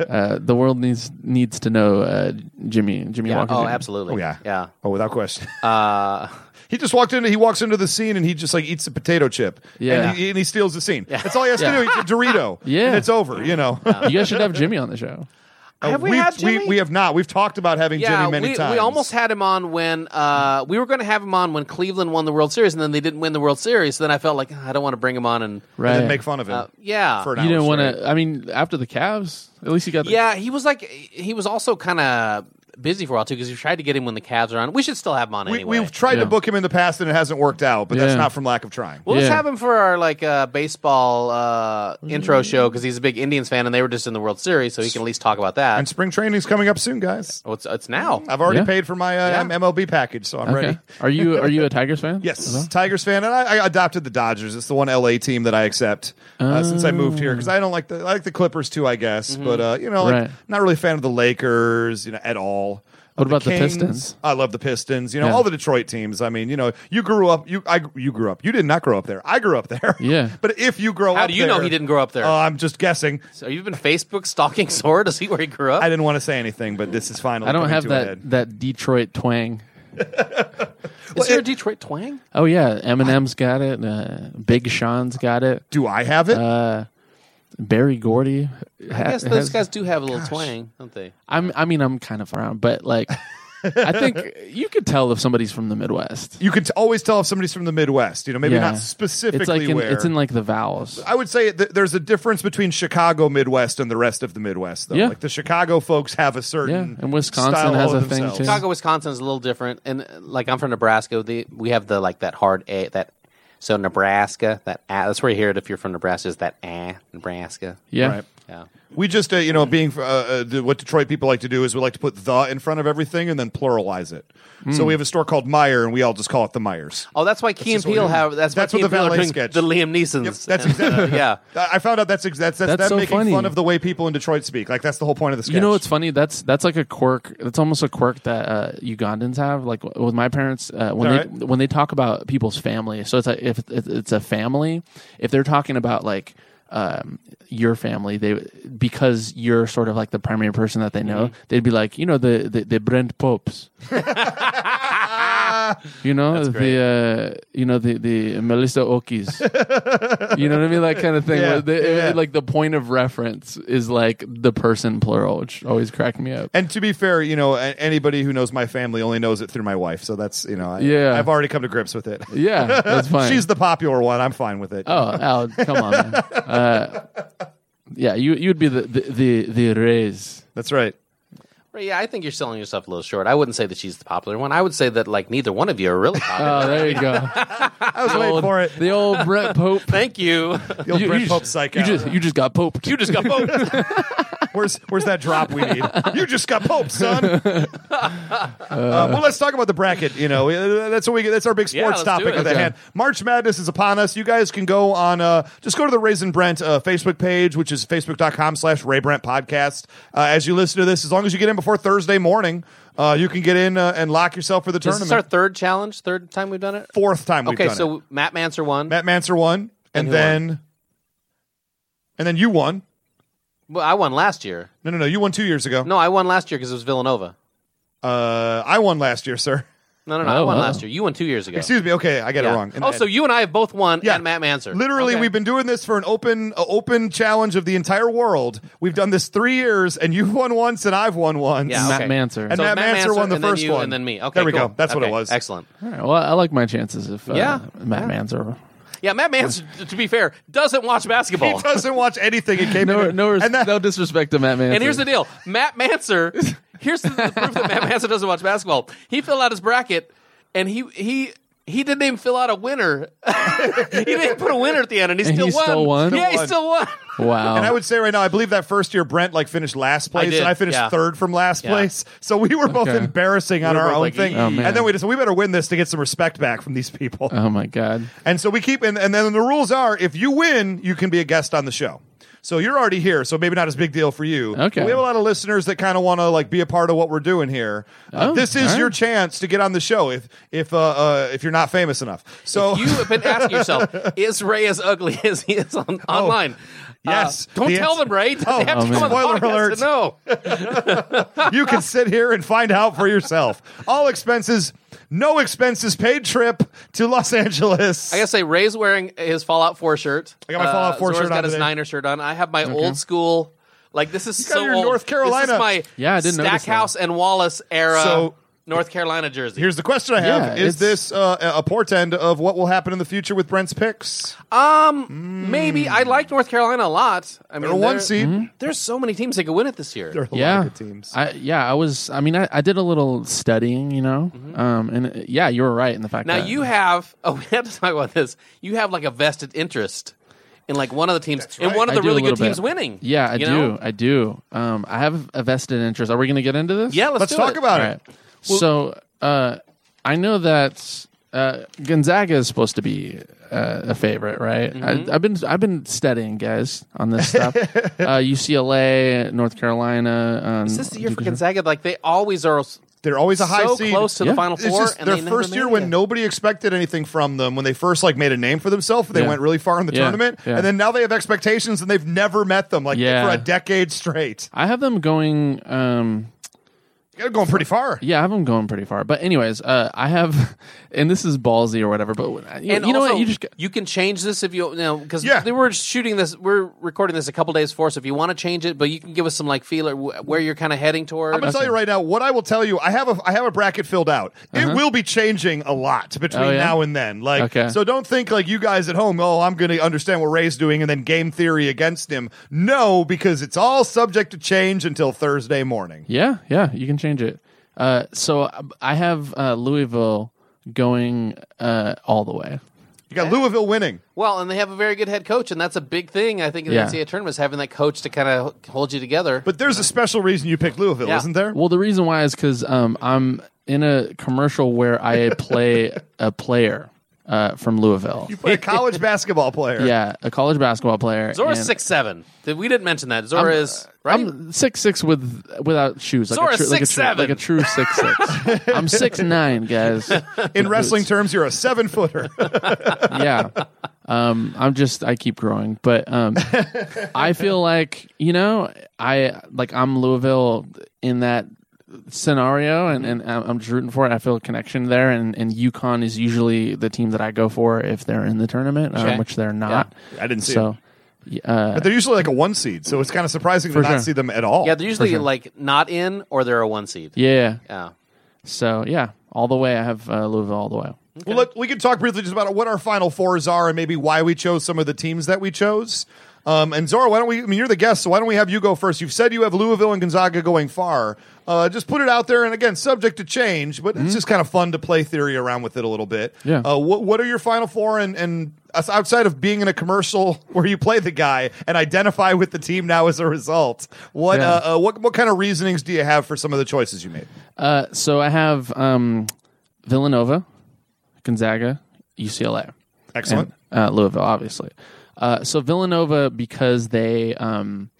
S3: uh, the world needs needs to know uh, Jimmy. Jimmy
S2: Yeah.
S3: Walker.
S2: Oh,
S3: Jr.
S2: absolutely.
S4: Oh yeah.
S2: Yeah.
S4: Oh, without question. Uh he just walked into he walks into the scene and he just like eats a potato chip.
S3: Yeah.
S4: And he, and he steals the scene. That's all he has
S3: Yeah.
S4: to do. He eats a Dorito.
S3: Yeah.
S4: And it's over, you know.
S3: You guys should have Jimmy on the show.
S4: Uh,
S2: Have we
S4: we've-
S2: had Jimmy?
S4: We, we have not. We've talked about having
S2: Yeah,
S4: Jimmy many
S2: we,
S4: times.
S2: we almost had him on when uh, we were going to have him on when Cleveland won the World Series, and then they didn't win the World Series. So then I felt like "Ah, I don't want to bring him on, and
S3: Right.
S4: and then make fun of him.
S2: Uh, yeah.
S4: For
S3: you
S4: an hour
S3: didn't want
S4: straight.
S3: to. I mean, after the Cavs, at least you got. The,
S2: yeah, he was like he was also kind of busy for a while too because we tried to get him when the Cavs are on. We should still have him on
S4: We,
S2: anyway.
S4: We've tried
S3: Yeah.
S4: to book him in the past and it hasn't worked out, but that's
S3: Yeah.
S4: not from lack of trying.
S2: We'll just
S3: Yeah.
S2: have him for our like uh, baseball uh,
S4: Mm.
S2: intro show because he's a big Indians fan, and they were just in the World Series, so he can at least talk about that.
S4: and spring training's coming up soon, guys.
S2: oh, it's, it's now.
S4: I've already
S3: Yeah.
S4: paid for my uh,
S2: Yeah.
S4: MLB package, so
S3: Okay.
S4: I'm ready.
S3: Are you are you a Tigers fan?
S4: Yes,
S3: Uh-huh.
S4: Tigers fan, and I, I adopted the Dodgers. It's the one LA team that I accept uh, since I moved here because I don't like the I like the Clippers too, I guess. But uh, you know, like,
S3: Mm-hmm. Right.
S4: not really a fan of the Lakers, you know, at all.
S3: What about the
S4: Kings,
S3: Pistons?
S4: I love the Pistons. You know,
S3: Yeah.
S4: all the Detroit teams. I mean, you know, you grew up. You I you grew up. You did not grow up there. I grew up there.
S3: Yeah.
S4: but if you grow up,
S2: How do you know
S4: there-
S2: he didn't grow up there?
S4: Uh, I'm just guessing.
S2: so you've been Facebook stalking Sora to see where he grew up.
S4: I didn't want to say anything, but this is finally.
S3: I don't
S4: coming
S3: have
S4: to a head.
S3: that that Detroit twang.
S2: Is there a Detroit twang?
S3: Oh yeah, Eminem's got it. Uh, Big Sean's got it.
S4: Do I have it?
S3: Uh, Barry Gordy. ha-
S4: Uh,
S2: I guess those
S3: has-
S2: guys do have a little twang, don't they?
S3: I'm. I mean, I'm kind of around, but like, I think you could tell if somebody's from the Midwest.
S4: you can t- always tell if somebody's from the Midwest. You know, maybe
S3: Yeah.
S4: not specifically
S3: it's like in,
S4: where
S3: it's in like the vowels.
S4: I would say th- there's a difference between Chicago Midwest and the rest of the Midwest, though.
S3: Yeah.
S4: Like the Chicago folks have a certain
S3: Yeah, and Wisconsin
S4: style
S3: has
S4: all to
S3: a thing,
S4: themselves.
S3: too.
S2: Chicago, Wisconsin is a little different, and uh, like I'm from Nebraska, the, we have the like that hard a that. So Nebraska, that ah, that's where you hear it if you're from Nebraska. Is that ah Nebraska?
S3: Yeah.
S4: Right.
S2: Yeah.
S4: We just, uh, you know, being uh, uh, the- what Detroit people like to do is we like to put the in front of everything and then pluralize it.
S3: Hmm.
S4: So we have a store called Meyer, and we all just call it the Myers.
S2: Oh, that's why Key and
S4: just what we
S2: Peele
S4: do.
S2: have. That's,
S4: That's
S2: why
S4: what
S2: Key and
S4: the
S2: Peele are
S4: valet
S2: doing
S4: sketch-
S2: The Liam Neeson's. uh,
S4: Yep, that's exactly-
S2: yeah.
S4: I I found out that's ex- that's that's,
S3: That's
S4: them
S3: so
S4: making
S3: funny.
S4: fun of the way people in Detroit speak. Like that's the whole point of the sketch.
S3: You know what's funny? That's that's like a quirk. That's almost a quirk that uh, Ugandans have. Like w- with my parents, uh, when they
S4: Alright.
S3: when they talk about people's family, so it's like if it- it's a family, if they're talking about like um, your family, they because you're sort of like the primary
S4: Mm-hmm.
S3: person that they know, they'd be like, you know, the the, the Brent Popes. You know
S2: great.
S3: the uh, you know the the Melissa Okis. you know what I mean, that kind of thing.
S4: Yeah,
S3: where the-
S4: yeah.
S3: Like the point of reference is like the person plural, which always cracked me up.
S4: And to be fair, you know, a- anybody who knows my family only knows it through my wife. So that's, you know, I,
S3: Yeah.
S4: I've already come to grips with it.
S3: Yeah, that's fine.
S4: She's the popular one. I'm fine with it.
S3: oh, Al, come on. Man. Uh, yeah, you you'd be the the the, the Reyes.
S4: That's right.
S2: Right, yeah, I think you're selling yourself a little short. I wouldn't say that she's the popular one. I would say that like neither one of you are really popular.
S3: Oh, there you go.
S4: I was waiting
S3: old,
S4: for it.
S3: The old Brett Pope.
S2: Thank you.
S4: The old Brett Pope
S3: just-
S4: psycho.
S3: you just you just got poped.
S2: you just got both.
S4: Where's where's that drop we need? You just got Pope, son. Uh, well, let's talk about the bracket. You know, Uh, that's what we. That's our big
S2: Uh, Yeah,
S4: sports
S2: let's
S4: topic
S2: do it.
S4: at the
S3: Okay.
S4: hand. March Madness is upon us. You guys can go on. Uh, just go to the Raisin Brent uh, Facebook page, which is facebook.com/slash Ray Brent Podcast. Uh, as you listen to this, as long as you get in before Thursday morning, uh, you can get in uh, and lock yourself for the
S2: This
S4: tournament.
S2: is our third challenge, third time we've done it.
S4: Fourth time we've
S2: okay,
S4: done it.
S2: so Matt Manser won.
S4: Matt Manser won, and,
S2: who
S4: then and then you won.
S2: well, I won last year.
S4: No, no, no. You won two years ago.
S2: No, I won last year because it was Villanova.
S4: Uh, I won last year, sir.
S2: No, no, no. I
S3: Oh,
S2: won
S3: wow.
S2: last year. You won two years ago.
S4: Excuse me. Okay, I got
S2: Yeah.
S4: it wrong. And-
S2: Oh, so you and I have both won and Matt Manser.
S4: Literally,
S2: Okay.
S4: we've been doing this for an open uh, open challenge of the entire world. We've done this three years, and you've won once, and I've won once.
S2: Yeah,
S3: Matt
S2: okay.
S3: Manser.
S4: And
S2: So
S4: Matt Manser won the
S2: and then
S4: first
S2: you,
S4: one.
S2: and then me. Okay,
S4: There we
S2: cool.
S4: go. That's what it
S2: Okay,
S4: was.
S2: Excellent.
S3: All right, well, I like my chances if uh,
S2: Yeah.
S3: Matt Manzer.
S2: Yeah, Matt Manser. To be fair, doesn't watch basketball.
S4: He doesn't watch anything. It came
S3: No,
S4: in,
S3: no, res-
S4: and that,
S3: no disrespect to Matt Manser.
S2: And here's the deal: Matt Manser. Here's the, the proof that Matt Manser doesn't watch basketball. He filled out his bracket, and he he he didn't even fill out a winner. he didn't put a winner at the end, and he
S3: And
S2: still
S3: he
S2: won.
S3: still won?
S2: Yeah, he
S4: Still
S2: still won.
S3: wow.
S4: and I would say right now, I believe that first year Brent like finished last place,
S2: did,
S4: and I finished
S2: yeah.
S4: third from last
S2: Yeah.
S4: place. So we were both
S3: Okay.
S4: embarrassing on
S2: We were
S4: our
S2: both
S4: own
S2: like, "Ee."
S4: thing.
S2: Oh,
S3: man.
S4: and then we just we better win this to get some respect back from these people.
S3: oh my god.
S4: And so we keep, and, and then the rules are if you win, you can be a guest on the show. So you're already here, so maybe not as big deal for you.
S3: Okay.
S4: We have a lot of listeners that kind of want to like be a part of what we're doing here. Uh,
S3: Oh,
S4: this is
S3: all right.
S4: your chance to get on the show if if uh, uh, if you're not famous enough. So
S2: You have been asking yourself: Is Ray as ugly as he is on, online?
S4: Oh, yes.
S2: Uh, don't
S4: The
S2: tell
S4: answer-
S2: them, Ray.
S4: Oh,
S2: they have to
S3: oh,
S2: come on the
S4: man. Spoiler
S2: podcast
S4: alert.
S2: to know.
S4: you can sit here and find out for yourself. All expenses, no expenses paid trip to Los Angeles.
S2: I gotta say, Ray's wearing his Fallout 4 shirt. Uh,
S4: I got my Fallout 4
S2: Zora's
S4: shirt on
S2: got his
S4: today.
S2: Niner shirt on. I have my old school. Like this is
S4: got
S2: so
S4: your
S2: old.
S4: North
S2: This
S4: Carolina-
S2: is my
S3: Yeah, I didn't notice that.
S2: Stackhouse and Wallace era
S4: So-
S2: North Carolina jersey.
S4: Here's the question I have:
S3: Yeah,
S4: Is
S3: it's-
S4: this uh, a portend of what will happen in the future with Brent's picks?
S2: Um, Maybe I like North Carolina a lot. I mean,
S4: Hmm. They're one
S2: there-
S4: seed.
S2: There's so many teams that could win it this year.
S4: There are a
S3: Mm-hmm. Yeah.
S4: lot of good teams.
S3: I yeah. I was. I mean, I, I did a little studying. You know. Um. And uh, yeah, you were right in the fact.
S2: Mm-hmm. Now
S3: that,
S2: you have. Oh, we have to talk about this. You have like a vested interest in like one of the teams and
S4: right.
S2: one of
S3: I
S2: the
S3: do a
S2: really good
S3: little
S2: teams
S3: bit.
S2: winning.
S3: Yeah, I
S2: you
S3: do.
S2: know?
S3: I do. Um. I have a vested interest. Are we going to get into this?
S2: Yeah, let's,
S4: Let's
S2: do
S4: talk
S2: it.
S4: about
S3: All
S4: it.
S3: right. so uh, I know that uh, Gonzaga is supposed to be uh, a favorite, right?
S2: Mm-hmm.
S3: I, I've been I've been studying guys on this stuff. uh, UCLA, North Carolina. Um,
S2: Is this the year for Gonzaga? Like they always are.
S4: They're always a high
S2: so
S4: seed.
S2: close to
S3: Yeah.
S2: the final
S4: It's
S2: four.
S4: just
S2: and
S4: their
S2: they never
S4: first
S2: made
S4: year
S2: it.
S4: when nobody expected anything from them. When they first like made a name for themselves, they
S3: Yeah.
S4: went really far in the
S3: Yeah.
S4: tournament,
S3: Yeah.
S4: and then now they have expectations and they've never met them like
S3: Yeah.
S4: for a decade straight.
S3: I have them going. Um,
S4: They're going pretty far.
S3: Yeah, I have them going pretty far. But anyways, uh, I have, and this is ballsy or whatever. But uh, you,
S2: And
S3: you know
S2: also,
S3: what? You just
S2: can change this if you, you know because
S4: Yeah.
S2: they were shooting this. We're recording this a couple days for, so if you want to change it, but you can give us some like feeler wh- where you're kind of heading toward.
S4: I'm gonna tell you right now what I will tell you. I have a I have a bracket filled out.
S2: Uh-huh.
S4: It will be changing a lot between
S3: Oh, yeah?
S4: now and then. Like
S3: Okay.
S4: so, don't think like you guys at home. Oh, I'm gonna understand what Ray's doing and then game theory against him. No, because it's all subject to change until Thursday morning.
S3: yeah, yeah, you can change it. Uh, so uh, I have uh, Louisville going uh, all the way.
S4: You got Louisville winning.
S2: well, and they have a very good head coach, and that's a big thing I think in the
S3: Yeah.
S2: NCAA tournament is having that coach to kind of hold you together.
S4: But there's a special reason you picked Louisville,
S2: Yeah.
S4: isn't there?
S3: Well, the reason why is because um, I'm in a commercial where I play a player uh, from Louisville.
S4: Play a college basketball player.
S3: Yeah, a college basketball player.
S2: Zora's
S3: and
S2: six seven. We didn't mention that. Zora is right.
S3: I'm six six with without shoes. Like
S2: Zora,
S3: a true, like, a true,
S2: 6'7".
S3: like a true six six. I'm six nine, guys.
S4: In wrestling
S3: Boots.
S4: terms, you're a seven footer.
S3: yeah. Um, I'm just I keep growing, but um, I feel like you know I like I'm Louisville in that scenario, and, and I'm
S4: Mm-hmm.
S3: I'm just rooting for it. I feel a connection there, and and UConn is usually the team that I go for if they're in the tournament, um,
S2: Okay.
S3: which they're not.
S4: I didn't see
S3: So,
S4: them. But they're usually like a one seed, so it's kind of surprising to
S3: For
S4: not
S3: sure.
S4: see them at all.
S2: Yeah, they're usually
S3: sure.
S2: like not in or they're a one seed.
S3: yeah. Uh,
S2: Yeah.
S3: So yeah, all the way. I have uh, Louisville all the way.
S4: Well, let, we can talk briefly just about what our final fours are and maybe why we chose some of the teams that we chose. Um, and Zora, why don't we? I mean, you're the guest, so why don't we have you go first? You've said you have Louisville and Gonzaga going far. Uh, just put it out there, and again, subject to change, but it's just kind of fun to play theory around with it a little bit.
S3: Mm-hmm. Yeah.
S4: Uh, what, what are your final four? And, and us- outside of being in a commercial where you play the guy and identify with the team now as a result, what
S3: Yeah.
S4: uh, uh, what what kind of reasonings do you have for some of the choices you made?
S3: Uh,
S4: Mm-hmm.
S3: so I have um, Villanova, Gonzaga, UCLA.
S4: Excellent.
S3: And, uh, Louisville, obviously. Uh, so Villanova because they um,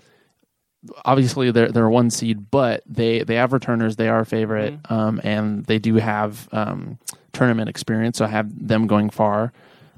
S3: obviously they're they're one seed, but they they have returners. They are a favorite,
S2: Mm-hmm.
S3: um, and they do have um, tournament experience. So I have them going far,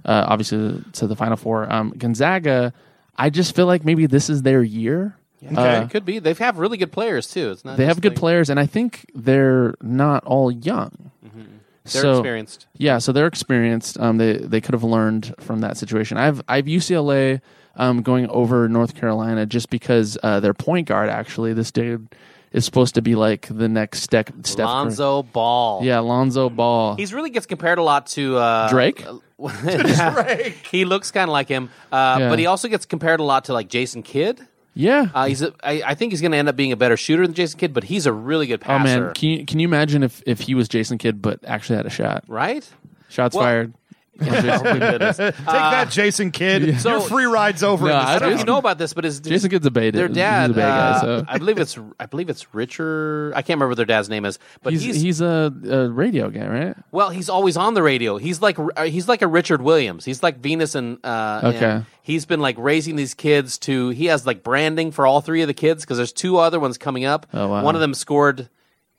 S3: uh, obviously to the Final Four. Um, Gonzaga, I just feel like maybe this is their year.
S2: Okay. it could be. They have really good players too. It's not
S3: They
S2: just
S3: have good
S2: like-
S3: players, and I think they're not all young.
S2: Mm-hmm. They're
S3: So-
S2: experienced.
S3: yeah, so they're experienced. Um, they they could have learned from that situation. I've I've UCLA um, going over North Carolina just because uh, their point guard actually this dude is supposed to be like the next step. Steph Curry.
S2: Lonzo Ball.
S3: yeah, Lonzo Ball.
S2: He's really gets compared a lot to uh,
S3: Drake?
S2: Drake. He looks kind of like him, uh,
S3: Yeah.
S2: but he also gets compared a lot to like Jason Kidd.
S3: yeah.
S2: Uh, he's a, I, I think he's going to end up being a better shooter than Jason Kidd, but he's a really good
S3: oh
S2: passer.
S3: man, can you, can you imagine if if he was Jason Kidd but actually had a shot?
S2: right?
S3: Shots
S2: Well-
S3: fired.
S2: Oh, my goodness. I
S4: Take that, Jason Kidd.
S2: So-
S4: Your free ride's over.
S3: No,
S4: in this
S3: I
S2: don't know if you
S4: town.
S2: know about this, but his
S3: Jason Kidd's a beta.
S2: their dad.
S3: He's a beta guy,
S2: uh,
S3: so.
S2: I believe it's I believe it's Richard. I can't remember what their dad's name is, but
S3: He's,
S2: he's,
S3: he's, a, a radio guy, right?
S2: well, he's always on the radio. He's like uh, he's like a Richard Williams. He's like Venus and uh, and
S3: Okay.
S2: he's been like raising these kids to. He has like branding for all three of the kids because there's two other ones coming up.
S3: Oh, wow.
S2: One of them scored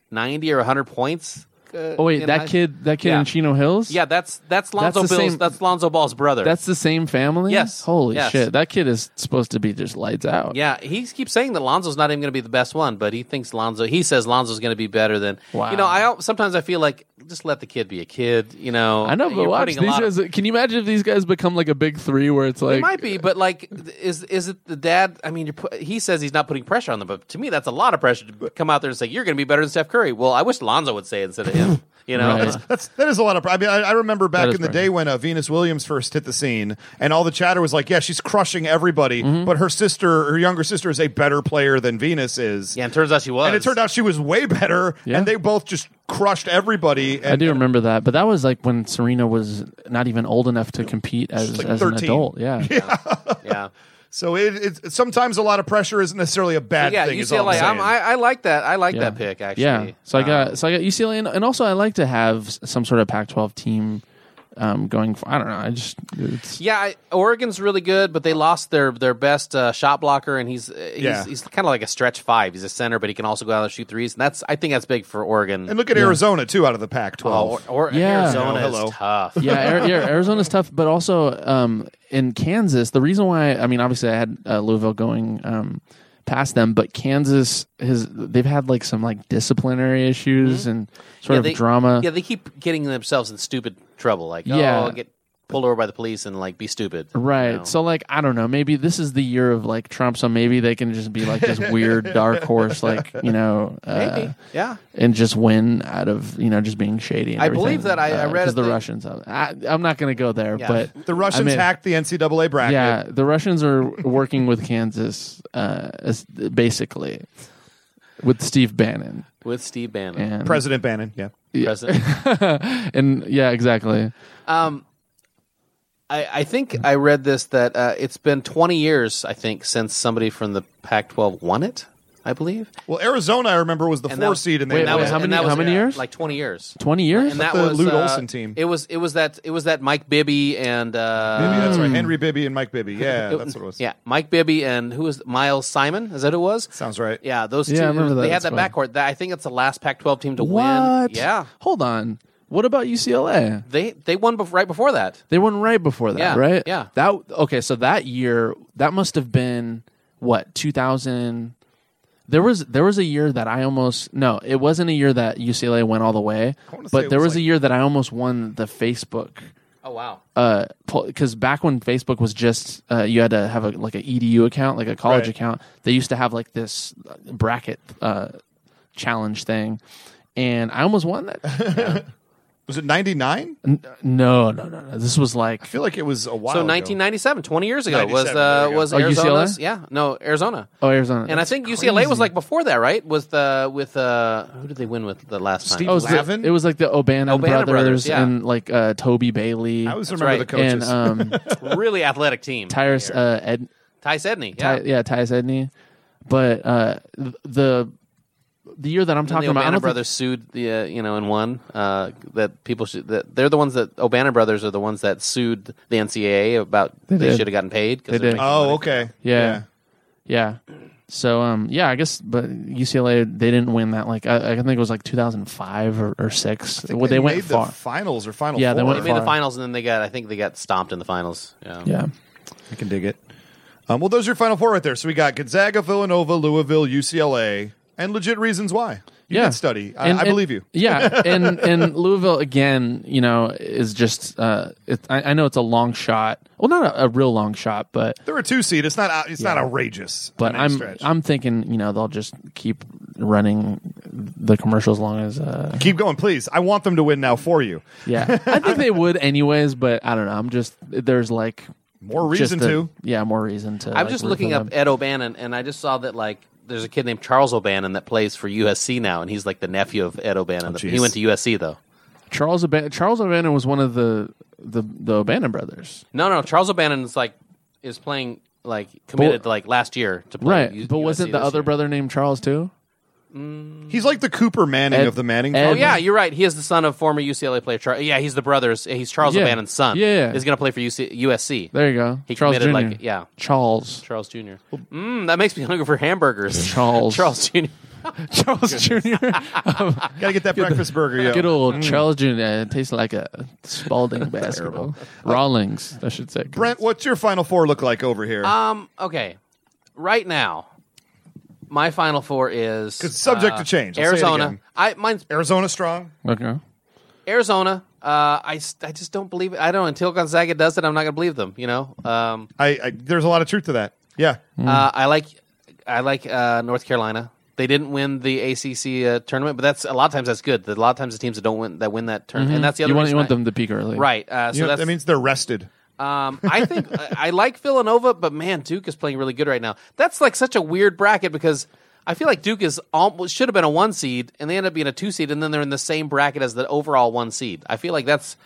S2: ninety or hundred points. uh,
S3: Oh
S2: in
S3: wait,
S2: high-
S3: that kid, that kid
S2: Yeah.
S3: in Chino Hills.
S2: Yeah, that's that's Lonzo
S3: the
S2: Bill's.
S3: same-
S2: That's Lonzo Ball's brother.
S3: That's the same family?
S2: Yes.
S3: Holy
S2: Yes.
S3: shit. That kid is supposed to be just lights out.
S2: Yeah, he keeps saying that Lonzo's not even going to be the best one, but he thinks Lonzo. He says Lonzo's going to be better than.
S3: Wow.
S2: You know, I al- sometimes I feel like just let the kid be a kid. You know,
S3: I know,
S2: You're
S3: but watch
S2: putting a
S3: these
S2: lot of-
S3: guys. Can you imagine if these guys become like a big three where it's
S2: It
S3: like
S2: might be, but like, is is it the dad? I mean, you're pu- he says he's not putting pressure on them, but to me, that's a lot of pressure to come out there and say you're going to be better than Steph Curry. Well, I wish Lonzo would say it instead of him. You know,
S3: Right.
S4: That's that is a lot of. I mean, I, I remember back
S3: That is
S4: in the
S3: right.
S4: day when uh, Venus Williams first hit the scene, and all the chatter was like, "Yeah, she's crushing everybody," but her sister, her younger sister, is a better player than Venus is.
S2: yeah. And turns out she was.
S4: And it turned out she was way better,
S3: Yeah.
S4: and they both just crushed everybody. And
S3: I do remember that, but that was like when Serena was not even old enough to compete as,
S4: like
S3: as an
S4: 13.
S3: adult. Yeah.
S2: yeah.
S4: So it, it's sometimes a lot of pressure isn't necessarily a bad
S2: Yeah,
S4: thing. is all I'm
S2: UCLA. I'm,
S4: saying.
S2: I, I like that. I like
S3: Yeah.
S2: that pick actually.
S3: Yeah. So I
S2: Uh,
S3: got so I got UCLA, and, and also I like to have s- some sort of Pac-12 team um, going. For, I don't know. I just it's,
S2: Yeah, I, Oregon's really good, but they lost their their best uh, shot blocker, and he's uh, he's,
S4: Yeah.
S2: he's kind of like a stretch five. He's a center, but he can also go out and shoot threes, and that's I think that's big for Oregon.
S4: and look at Arizona too, out of the Pac-12.
S2: oh, or, or
S3: Yeah.
S2: Arizona
S4: Oh, hello.
S2: is tough.
S3: yeah, Ari- yeah, Arizona's tough, but also um, in Kansas, the reason why I mean, obviously, I had uh, Louisville going um, past them, but Kansas has they've had like some like disciplinary issues and sort of
S2: they,
S3: drama.
S2: Mm-hmm. Yeah, they keep getting themselves in stupid trouble. Like,
S3: Yeah.
S2: oh, I'll get pulled over by the police and like be stupid.
S3: Right.
S2: you know?
S3: So like I don't know, maybe this is the year of like Trump, so maybe they can just be like this weird dark horse like, you know, uh,
S2: Maybe. yeah.
S3: and just win out of, you know, just being shady and
S2: I believe
S3: everything.
S2: that I- I
S3: Uh,
S2: read
S3: 'cause
S2: a
S3: the
S2: thing-
S3: Russians I, I'm not going to go there,
S2: Yeah.
S3: but
S4: the Russians
S3: I mean-
S4: hacked the NCAA bracket.
S3: Yeah, the Russians are working with Kansas, uh, as, basically, with Steve Bannon
S2: With Steve Bannon,
S3: and
S4: President Bannon. Yeah.
S2: president.
S3: and yeah, exactly.
S2: I, I think I read this that uh, it's been 20 years, I think, since somebody from the Pac-12 won it. I believe.
S4: Well, Arizona, I remember was the
S2: And
S4: four
S2: that-
S4: seed, and they
S3: Wait,
S4: won
S3: wait,
S4: it.
S3: how
S2: and
S3: many-
S2: that was,
S3: how many
S2: uh,
S3: years?
S2: Like twenty years.
S3: Twenty years.
S2: And that
S4: the
S2: was
S4: Lute
S2: uh,
S4: Olson team.
S2: It was it was that it was that Mike Bibby and uh,
S4: Bibby, that's right. Henry Bibby and Mike Bibby. Yeah,
S2: it-
S4: that's what it was.
S2: Yeah, Mike Bibby and who was Miles Simon? Is that who it was?
S4: Sounds right.
S2: Yeah, those two.
S3: Yeah, I remember that.
S2: They had
S3: That's
S2: that
S3: fun.
S2: backcourt. That I think it's the last Pac-12 team to win.
S3: What?
S2: Yeah,
S3: Hold on. What about UCLA?
S2: they they won bef- right before that.
S3: They won right before that,
S2: Yeah,
S3: right?
S2: yeah.
S3: That okay. So that year, that must have been what 2000. There was there was a year that I almost no, it wasn't a year that UCLA went all the way,
S4: wanna say
S3: but
S4: it
S3: there
S4: was
S3: was, a
S4: like-
S3: year that I almost won the Facebook
S2: Oh wow.
S3: because Uh, back when Facebook was just uh, you had to have a like an edu account, like a college
S4: Right.
S3: account. They used to have like this bracket uh, challenge thing, and I almost won that.
S4: Was it 99? I
S3: N- no, no, no, no. This was like
S4: feel like it was a while
S2: So
S4: ago.
S2: 1997, 20 years ago,
S4: 97,
S2: was uh,
S4: there you go.
S2: was
S3: Oh, UCLA?
S2: Arizona's? Yeah, no, Arizona.
S3: oh Arizona,
S2: and I think UCLA was like before that, right? Was the with uh, who did they win with the last time?
S4: Steve
S3: oh, it was, the,
S4: Lavin?
S3: it was like the O'Bannon,
S2: O'Bannon
S3: brothers,
S2: brothers, yeah.
S3: and like uh, Toby Bailey.
S4: I always remember
S2: right.
S4: the coaches.
S3: and um,
S2: really athletic team.
S3: Tyrus uh, Ed,
S2: Ty Sedney. Yeah.
S3: Ty, yeah, Ty Sedney. But uh, th- the the year that I'm
S2: And
S3: talking
S2: the
S3: about, I
S2: O'Bannon
S3: don't think-
S2: brothers sued the uh, you know and won uh, that people should that they're the ones that O'Bannon brothers are the ones that sued the NCAA about they,
S3: did.
S2: should have gotten paid
S3: They
S2: because they're
S3: did.
S2: making
S4: oh,
S2: money.
S4: okay.
S3: Yeah. Yeah. So um yeah, I guess but UCLA they didn't win that like I, I think it was like 2005 or, or 6.
S4: I think
S3: Well, they,
S4: made
S3: went
S4: the
S3: far.
S4: finals or final.
S3: Yeah, they
S4: four.
S3: went
S2: They made the
S3: far.
S2: finals and then they got I think they got stomped in the finals. Yeah.
S3: yeah.
S4: I can dig it. Um, well, those are your final four right there. So we got Gonzaga, Villanova, Louisville, UCLA, and legit reasons why. You
S3: Yeah.
S4: did study. I,
S3: And-
S4: I
S3: and-
S4: believe you.
S3: yeah, and and Louisville again, you know, is just uh it, I, I know it's a long shot. Well, not a, a real long shot, but
S4: They're a two seed. It's not. out- It's not outrageous.
S3: but
S4: by any
S3: I'm
S4: stretch.
S3: I'm thinking, you know, they'll just keep running the commercial as long as uh
S4: keep going, please. I want them to win now for you.
S3: yeah. I think they would anyways, but I don't know. I'm just there's like
S4: More
S3: just
S4: reason
S3: the-
S4: to.
S3: Yeah, more reason to
S2: I'm
S3: like,
S2: just
S3: root for
S2: looking up
S3: them.
S2: Ed O'Bannon, and I just saw that like there's a kid named Charles O'Bannon that plays for USC now, and he's like the nephew of Ed
S3: Oh,
S2: O'Bannon. he
S4: jeez.
S2: went to USC though.
S3: Charles Aban- Charles O'Bannon was one of the the the O'Bannon brothers,
S2: No, no, Charles O'Bannon is like is playing like committed like last year to play.
S3: right?
S2: U-
S3: but
S2: USC
S3: wasn't the
S2: this
S3: other
S2: year.
S3: brother named Charles too?
S4: He's like the Cooper Manning
S3: Ed-
S4: of the Manning.
S3: Ed-
S2: Oh yeah, you're right. He is the son of former UCLA player. Char- yeah, he's the brothers. He's Charles
S3: Yeah.
S2: O'Bannon's son.
S3: Yeah, yeah.
S2: he's going to play for UC- USC.
S3: There you go.
S2: He
S3: Charles Jr.
S2: committed, like, yeah.
S3: Charles
S2: Charles Jr. Mm, that makes me hungry for hamburgers.
S3: Charles
S2: Charles Jr.
S3: Charles Jr.
S4: Gotta get that breakfast burger. Yeah.
S3: Good old Charles Jr. It tastes like a Spalding basketball. Rawlings, I should say.
S4: Brent, what's your final four look like over here?
S2: Um. Okay. Right now, my final four is
S4: It's subject to change. I'll say it
S2: Uh, Arizona.
S4: again.
S2: I mine's
S4: Arizona strong.
S3: Okay.
S2: Arizona. Uh, I, s- I just don't believe it. I don't until Gonzaga does it. I'm not gonna believe them. You know. Um,
S4: I, I there's a lot of truth to that. Yeah.
S2: uh, I like I like uh, North Carolina. They didn't win the ACC uh, tournament, but that's a lot of times that's good. A lot of times the teams that don't win that win that tournament, and that's the other.
S3: Mm-hmm. You want you
S2: reason
S3: want
S2: I-
S3: them to peak early,
S2: right? Uh, so
S4: You know,
S2: that's
S4: that means they're rested.
S2: Um, I think I, I like Villanova, but man, Duke is playing really good right now. That's like such a weird bracket because I feel like Duke is almost should have been a one seed, and they end up being a two seed, and then they're in the same bracket as the overall one seed. I feel like that's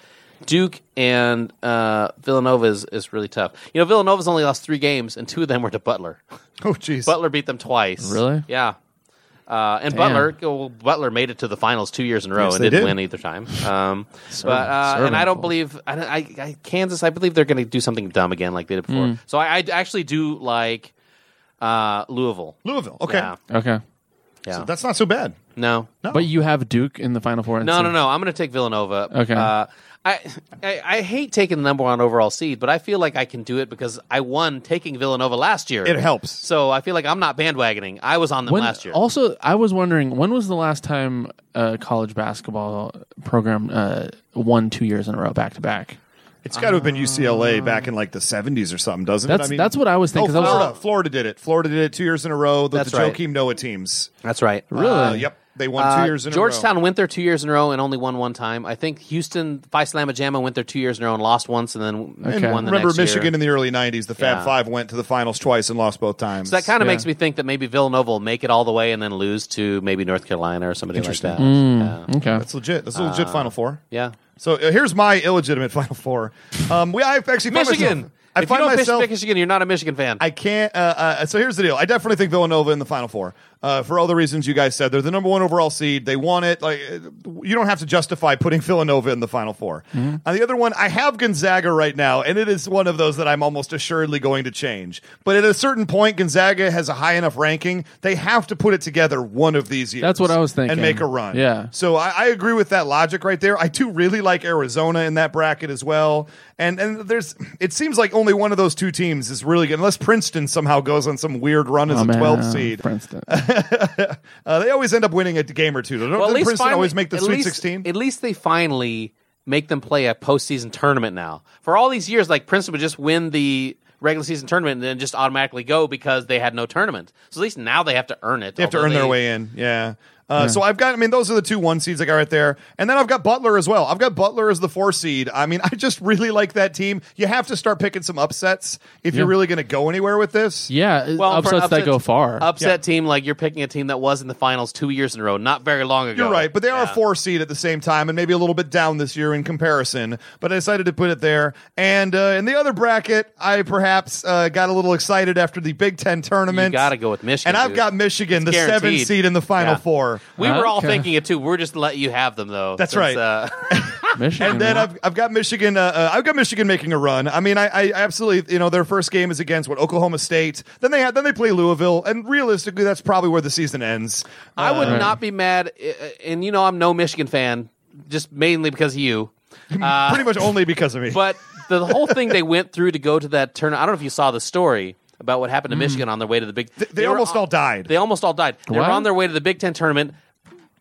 S2: Duke and uh, Villanova is, is really tough. You know, Villanova's only lost three games, and two of them were to Butler.
S4: Oh jeez.
S2: Butler beat them twice.
S3: Really?
S2: Yeah. Uh, and
S3: Damn.
S2: Butler, well, Butler made it to the finals two years in a row
S4: Yes,
S2: and
S4: they
S2: didn't
S4: did.
S2: win either time. Um,
S3: Serve-
S2: but uh, and I don't
S3: servantful.
S2: believe I, I, I, Kansas. I believe they're going to do something dumb again, like they did before.
S3: Mm.
S2: So I, I actually do like uh, Louisville.
S4: Louisville. Okay.
S2: Yeah.
S3: Okay.
S2: Yeah.
S4: That's not so bad.
S2: no.
S3: But you have Duke in the Final Four. and
S2: No,
S3: so-
S2: no, no. I'm going to take Villanova.
S3: Okay.
S2: Uh, I, I I hate taking the number one overall seed, but I feel like I can do it because I won taking Villanova last year.
S4: It helps.
S2: So I feel like I'm not bandwagoning. I was on them
S3: When-
S2: last year.
S3: Also, I was wondering when was the last time a college basketball program uh, won two years in a row back to back?
S4: It's got to have
S2: Uh,
S4: been UCLA back in like the 70s or something, doesn't it?
S3: That's- that's what I was thinking,
S4: Oh,
S3: 'cause I was-
S4: Florida, Florida did it. Florida did it two years in a row. The,
S2: That's
S4: the
S2: right.
S4: Joakim Noah teams.
S2: That's right. Really?
S4: Uh, yep, they won two years in
S2: Georgetown
S4: a row.
S2: went there two years in a row and only won one time. I think Houston Vice Jama went there two years in a row and lost once and then
S3: Okay.
S2: won the
S4: Remember
S2: next
S4: Michigan
S2: Year.
S4: in the early 90s, the Fab
S2: Yeah.
S4: Five went to the finals twice and lost both times.
S2: So that kind of
S3: Yeah.
S2: makes me think that maybe Villanova will make it all the way and then lose to maybe North Carolina or somebody like that. Yeah.
S3: Okay.
S4: That's legit. That's a
S2: Uh,
S4: legit Final Four.
S2: yeah.
S4: So uh, here's my illegitimate Final Four. Um, we I actually find
S2: Michigan.
S4: Myself, I
S2: if
S4: find
S2: you don't
S4: myself.
S2: pick Michigan, you're not a Michigan fan.
S4: I can't. Uh, uh, so here's the deal. I definitely think Villanova in the Final Four uh, for all the reasons you guys said. They're the number one overall seed. They want it. Like uh, you don't have to justify putting Villanova in the Final 4
S3: Mm-hmm.
S4: On the other one, I have Gonzaga right now, and it is one of those that I'm almost assuredly going to change. But at a certain point, Gonzaga has a high enough ranking. They have to put it together one of these years.
S3: That's what I was thinking.
S4: And make a run.
S3: Yeah.
S4: So I, I agree with that logic right there. I do really like Arizona in that bracket as well. And and there's it seems like only one of those two teams is really good, unless Princeton somehow goes on some weird run as
S3: Oh,
S4: a
S3: man,
S4: 12 seed.
S3: for instance.
S4: Uh, they always end up winning a game or two. Don't
S2: Well, at
S4: didn't
S2: least
S4: Princeton
S2: finally,
S4: always make the
S2: at
S4: Sweet
S2: least-
S4: 16?
S2: At least they finally make them play a postseason tournament now. For all these years, like Princeton would just win the regular season tournament and then just automatically go because they had no tournament. So at least now they have to earn it.
S4: They have to earn their way in. Yeah. Uh, So I've got, I mean, those are the two one seeds I got right there. And then I've got Butler as well. I've got Butler as the four seed. I mean, I just really like that team. You have to start picking some upsets if you're
S3: Yeah.
S4: really going to go anywhere with this.
S3: yeah, it-
S2: Well, for an
S3: upsets that
S2: upset-
S3: go far.
S2: Upset team, like you're picking a team that was in the finals two years in a row, not very long ago.
S4: You're right, but they are
S2: Yeah.
S4: a four seed at the same time, and maybe a little bit down this year in comparison. But I decided to put it there. And uh, in the other bracket, I perhaps uh, got a little excited after the Big Ten tournament.
S2: You gotta go with Michigan,
S4: and I've
S2: dude.
S4: got Michigan, the seven
S2: guaranteed.
S4: seed in the Final
S2: Yeah.
S4: Four.
S2: We were all
S3: Okay.
S2: thinking it too. We're just letting you have them though.
S4: That's
S2: since,
S4: right.
S2: uh,
S3: Michigan.
S4: And then
S3: man.
S4: I've, I've got Michigan. Uh, uh, I've got Michigan making a run. I mean, I, I absolutely you know their first game is against what Oklahoma State. Then they had then they play Louisville, and realistically, that's probably where the season ends.
S2: I would
S3: Right.
S2: not be mad, uh, and you know I'm no Michigan fan, just mainly because of you.
S4: Pretty much only because of me.
S2: Uh, But the whole thing they went through to go to that turn I don't know if you saw the story about what
S3: Mm.
S2: happened to Michigan on their way to the Big. They,
S4: they
S2: were
S4: almost
S2: on-
S4: all died.
S2: They almost all died. They were
S3: What?
S2: on their way to the Big Ten tournament,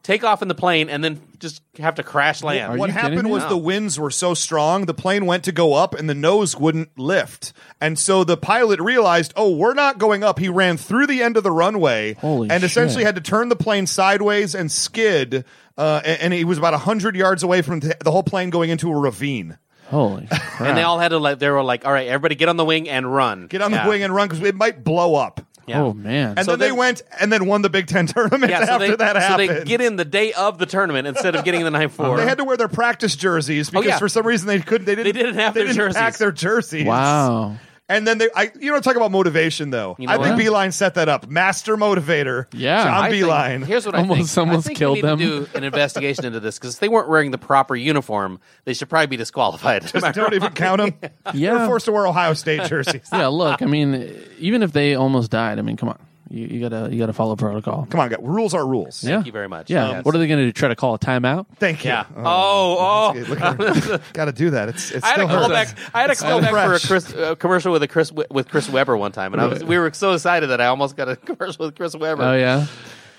S2: take off in the plane, and then just have to crash land.
S3: Are
S4: what
S3: you kidding
S4: happened
S3: me?
S4: was
S3: No.
S4: the winds were so strong, the plane went to go up, and the nose wouldn't lift. And so the pilot realized, oh, we're not going up. He ran through the end of the runway
S3: Holy
S4: and
S3: shit.
S4: essentially had to turn the plane sideways and skid. Uh, and, and he was about 100 yards away from the the whole plane going into a ravine.
S3: holy crap.
S2: And they all had to like. They were like, "All right, everybody, get on the wing and run.
S4: Get on the wing and run because it might blow up.
S2: Yeah.
S3: Oh man.
S4: And
S2: So
S4: then they
S2: then-
S4: went and then won the Big Ten tournament
S2: Yeah, so
S4: after
S2: they,
S4: that
S2: so
S4: happened.
S2: they get in the day of the tournament instead of getting in the night before.
S4: They had to wear their practice jerseys because
S2: Oh, yeah.
S4: for some reason they couldn't. They didn't.
S2: didn't have their
S4: didn't Pack
S2: jerseys.
S4: their jerseys.
S3: wow.
S4: And then they, I, you know, talk about motivation though.
S2: You know
S4: I think
S2: what?
S4: Beeline set that up. Master motivator.
S3: Yeah.
S4: John
S3: I
S2: think-
S4: Beeline.
S2: here's what I
S3: Almost
S2: think.
S3: someone's
S2: I think we
S3: killed
S2: need
S3: them.
S2: To do an investigation into this because if they weren't wearing the proper uniform, they should probably be disqualified. Am I
S4: Don't even count them.
S3: Yeah.
S4: They're forced to wear Ohio State jerseys.
S3: Yeah. Look, I mean, even if they almost died, I mean, come on, you, you gotta you gotta follow protocol.
S4: Come on, guys. rules are rules.
S3: yeah.
S2: you very much.
S3: Yeah.
S2: Um,
S3: What are they gonna do? Try to call a timeout?
S4: Thank you.
S2: Yeah. Oh, oh.
S4: Got to do that. It's, it's
S2: I had a
S4: still hurts.
S2: callback. I had a
S4: still
S2: callback for a
S4: fresh.
S2: Chris, uh, commercial with a Chris We- with Chris Weber one time, and I was, we were so excited that I almost got a commercial with Chris Weber.
S3: Oh yeah.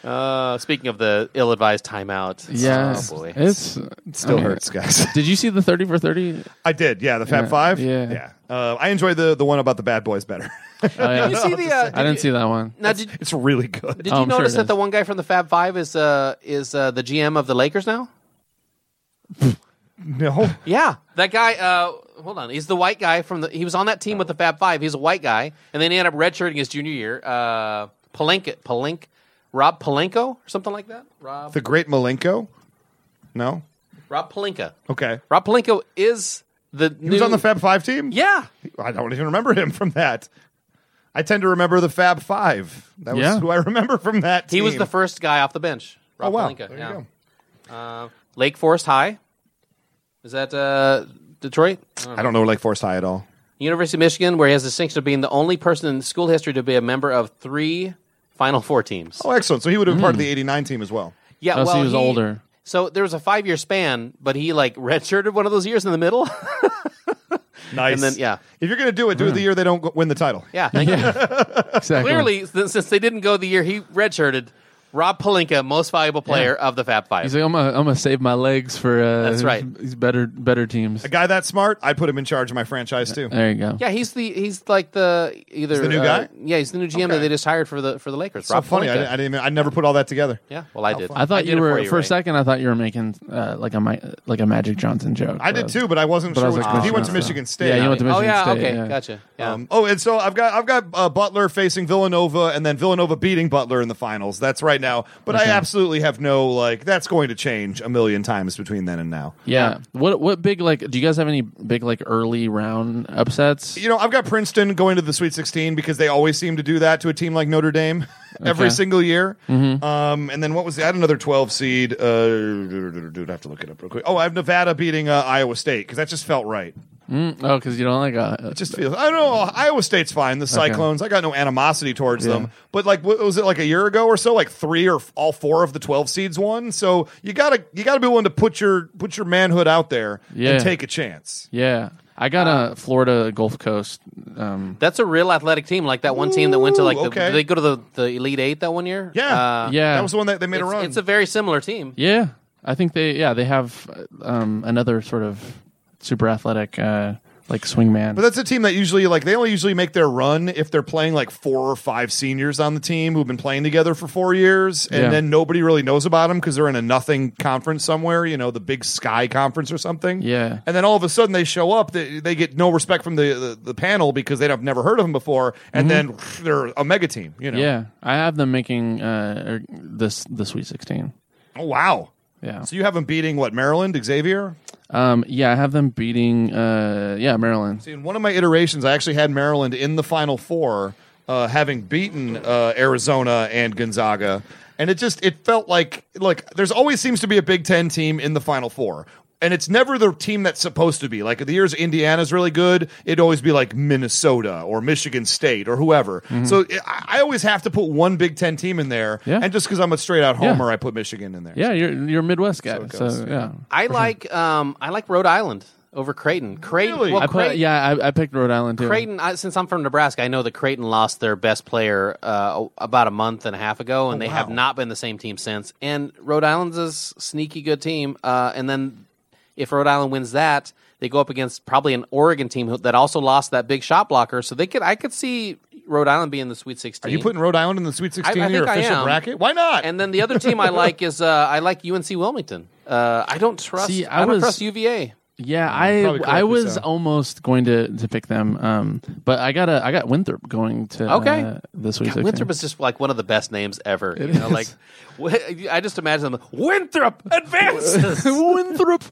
S2: Uh, speaking of the ill-advised timeout.
S3: Yeah.
S2: Oh boy.
S3: It's
S4: Still
S3: I mean,
S4: hurts, guys.
S3: Did you see the thirty for thirty?
S4: I did. Yeah, the Fab
S3: Yeah.
S4: Five.
S3: Yeah.
S4: yeah. Uh, I enjoy the the one about the bad boys better.
S3: Oh, yeah.
S2: you see the? Uh,
S3: I didn't
S2: you,
S3: see that one.
S2: Now, did,
S4: it's really good.
S2: did
S3: Oh,
S2: you
S3: I'm sure
S2: notice
S3: it
S2: that
S3: is.
S2: the one guy from the Fab Five is uh, is uh, the GM of the Lakers now?
S4: No,
S2: Yeah, that guy. Uh, hold on, he's the white guy from the. He was on that team with the Fab Five. He's a white guy, and then he ended up redshirting his junior year. Uh, Palenka, Palenk, Rob Palenko or something like that. Rob
S4: the Great Malenko. No.
S2: Rob Palenka.
S4: Okay.
S2: Rob Palenko is the.
S4: He was on the Fab Five team.
S2: Yeah,
S4: I don't even remember him from that. I tend to remember the Fab Five. That was
S3: Yeah.
S4: who I remember from that.
S2: he was
S4: team.
S2: the first guy off the bench.
S4: Oh
S2: Rob
S4: wow!
S2: Pelinka,
S4: There
S2: yeah.
S4: you
S2: Lake Forest High. Is that uh, Detroit?
S4: go. I don't know like Forest High at all.
S2: University of Michigan, where he has the distinction of being the only person in school history to be a member of three Final Four teams.
S4: Oh, excellent! So he would have been part of
S3: Hmm.
S4: the '89 team as well.
S2: Yeah,
S3: Oh, so
S2: well,
S3: he was older.
S2: So there was a five year span, but he like redshirted one of those years in the middle.
S4: Nice.
S2: And then- yeah.
S4: if you're going to do it, do it
S3: Hmm.
S4: the year they don't go- win the title.
S2: yeah, thank you.
S3: Exactly.
S2: Clearly, since since they didn't go the year he redshirted, Rob Palinka, most valuable player of the Fab Five.
S3: He's like, I'm gonna, I'm gonna save my legs for uh,
S2: That's right.
S3: These better, better teams.
S4: A guy that smart, I'd put him in charge of my franchise too.
S3: There you go.
S2: yeah, he's the he's like the either
S4: the new
S2: uh,
S4: guy?
S2: Yeah, he's the new GM that
S4: Okay.
S2: they just hired for the for the Lakers.
S4: so
S2: Rob
S4: funny. I,
S2: Pelinka.
S4: didn't- I didn't. Even, I never put all that together.
S2: yeah, well, I did.
S3: I thought
S2: did
S3: you
S2: it
S3: were
S2: for,
S3: for, a
S2: Ray.
S3: second. I thought you were making uh, like a Mi- like a Magic Johnson joke. uh,
S4: I
S3: but
S4: did
S3: was-
S4: too, but I wasn't
S3: but I
S4: sure.
S3: was
S4: which
S3: like,
S4: one. he
S3: "Oh,
S4: went
S3: no,
S4: to
S3: no."
S4: Michigan State.
S3: Yeah, he
S4: I
S3: went to
S4: think.
S2: Oh
S3: Michigan
S2: yeah,
S3: State.
S2: okay,
S3: yeah.
S2: gotcha. Yeah.
S4: Um, oh, and so I've got I've got uh, Butler facing Villanova, and then Villanova beating Butler in the finals. That's right now, but I absolutely have no like. That's going to change a million times between then and now.
S3: Yeah. What what big like? Do you guys have any big like early round upsets?
S4: You know, I've got Princeton going to the Sweet 16 because they always seem to do that to a team like Notre Dame every
S3: Okay.
S4: single year. Um, and then what was the, I had another 12 seed. Uh, dude, I have to look it up real quick. Oh, I have Nevada beating uh, Iowa State because that just felt right.
S3: Oh, because you don't like uh,
S4: It just feels. I don't know. Iowa State's fine. The Cyclones. I got no animosity towards them. But like, what, was it like a year ago or so? Like three or f- all four of the twelve seeds won. So you gotta you gotta be willing to put your put your manhood out there
S3: Yeah.
S4: and take a chance.
S3: yeah. I got a Florida Gulf Coast. Um,
S2: That's a real athletic team, like that one team that went to like the,
S4: okay.
S2: did they go to the, the Elite Eight that one year.
S4: Yeah.
S2: Uh,
S3: yeah,
S4: That was the one that they made a
S2: It's,
S4: run.
S2: it's a very similar team.
S3: yeah. I think they yeah they have um, another sort of super athletic uh, like swingman.
S4: But that's a team that usually like they only usually make their run if they're playing like four or five seniors on the team who've been playing together for four years, and
S3: Yeah.
S4: then nobody really knows about them because they're in a nothing conference somewhere, you know, the Big Sky conference or something.
S3: Yeah.
S4: And then all of a sudden they show up, they, they get no respect from the, the the panel because they've never heard of them before, and then they're a mega team. You know.
S3: Mm-hmm. yeah, I have them making uh, er, this the Sweet Sixteen.
S4: Oh wow.
S3: Yeah.
S4: So you have them beating what Maryland, Xavier?
S3: Um, yeah, I have them beating uh, yeah Maryland.
S4: See, in one of my iterations, I actually had Maryland in the Final Four, uh, having beaten uh, Arizona and Gonzaga, and it just it felt like like there's always seems to be a Big Ten team in the Final Four. And it's never the team that's supposed to be. Like the years Indiana's really good, it'd always be like Minnesota or Michigan State or whoever. So it, I I always have to put one Big Ten team in there.
S3: Mm-hmm. Yeah.
S4: And just because I'm a straight out
S3: Yeah.
S4: homer, I put Michigan in there.
S3: Yeah, you're you're a Midwest guy.
S4: it
S3: So,
S4: goes,
S3: yeah.
S2: I like um I like Rhode Island over Creighton. Creighton,
S4: Really?
S2: well,
S3: I
S2: Creighton,
S3: put, yeah, I, I picked Rhode Island too.
S2: Creighton. I, since I'm from Nebraska, I know that Creighton lost their best player uh, about a month and a half ago,
S4: Oh,
S2: and they have not been the same team since. And Rhode Island's a s- sneaky good team. Uh, and then if Rhode Island wins that, they go up against probably an Oregon team who, that also lost that big shot blocker. So they could, I could see Rhode Island being the Sweet Sixteen.
S4: Are you putting Rhode Island in the Sweet 16
S2: I
S4: in your
S2: think I
S4: official
S2: am.
S4: bracket? Why not?
S2: And then the other team I like is uh, I like UNC Wilmington. Uh, I don't trust.
S3: See,
S2: I,
S3: I
S2: don't
S3: was-
S2: trust UVA.
S3: Yeah,
S4: probably
S3: I I
S4: correctly
S3: was
S4: so.
S3: almost going to, to pick them, um, but I got a I got Winthrop going to
S2: Okay.
S3: uh, this week.
S2: Winthrop is just like one of the best names ever. you know, like wh- I just imagine them. Winthrop advances.
S3: Winthrop.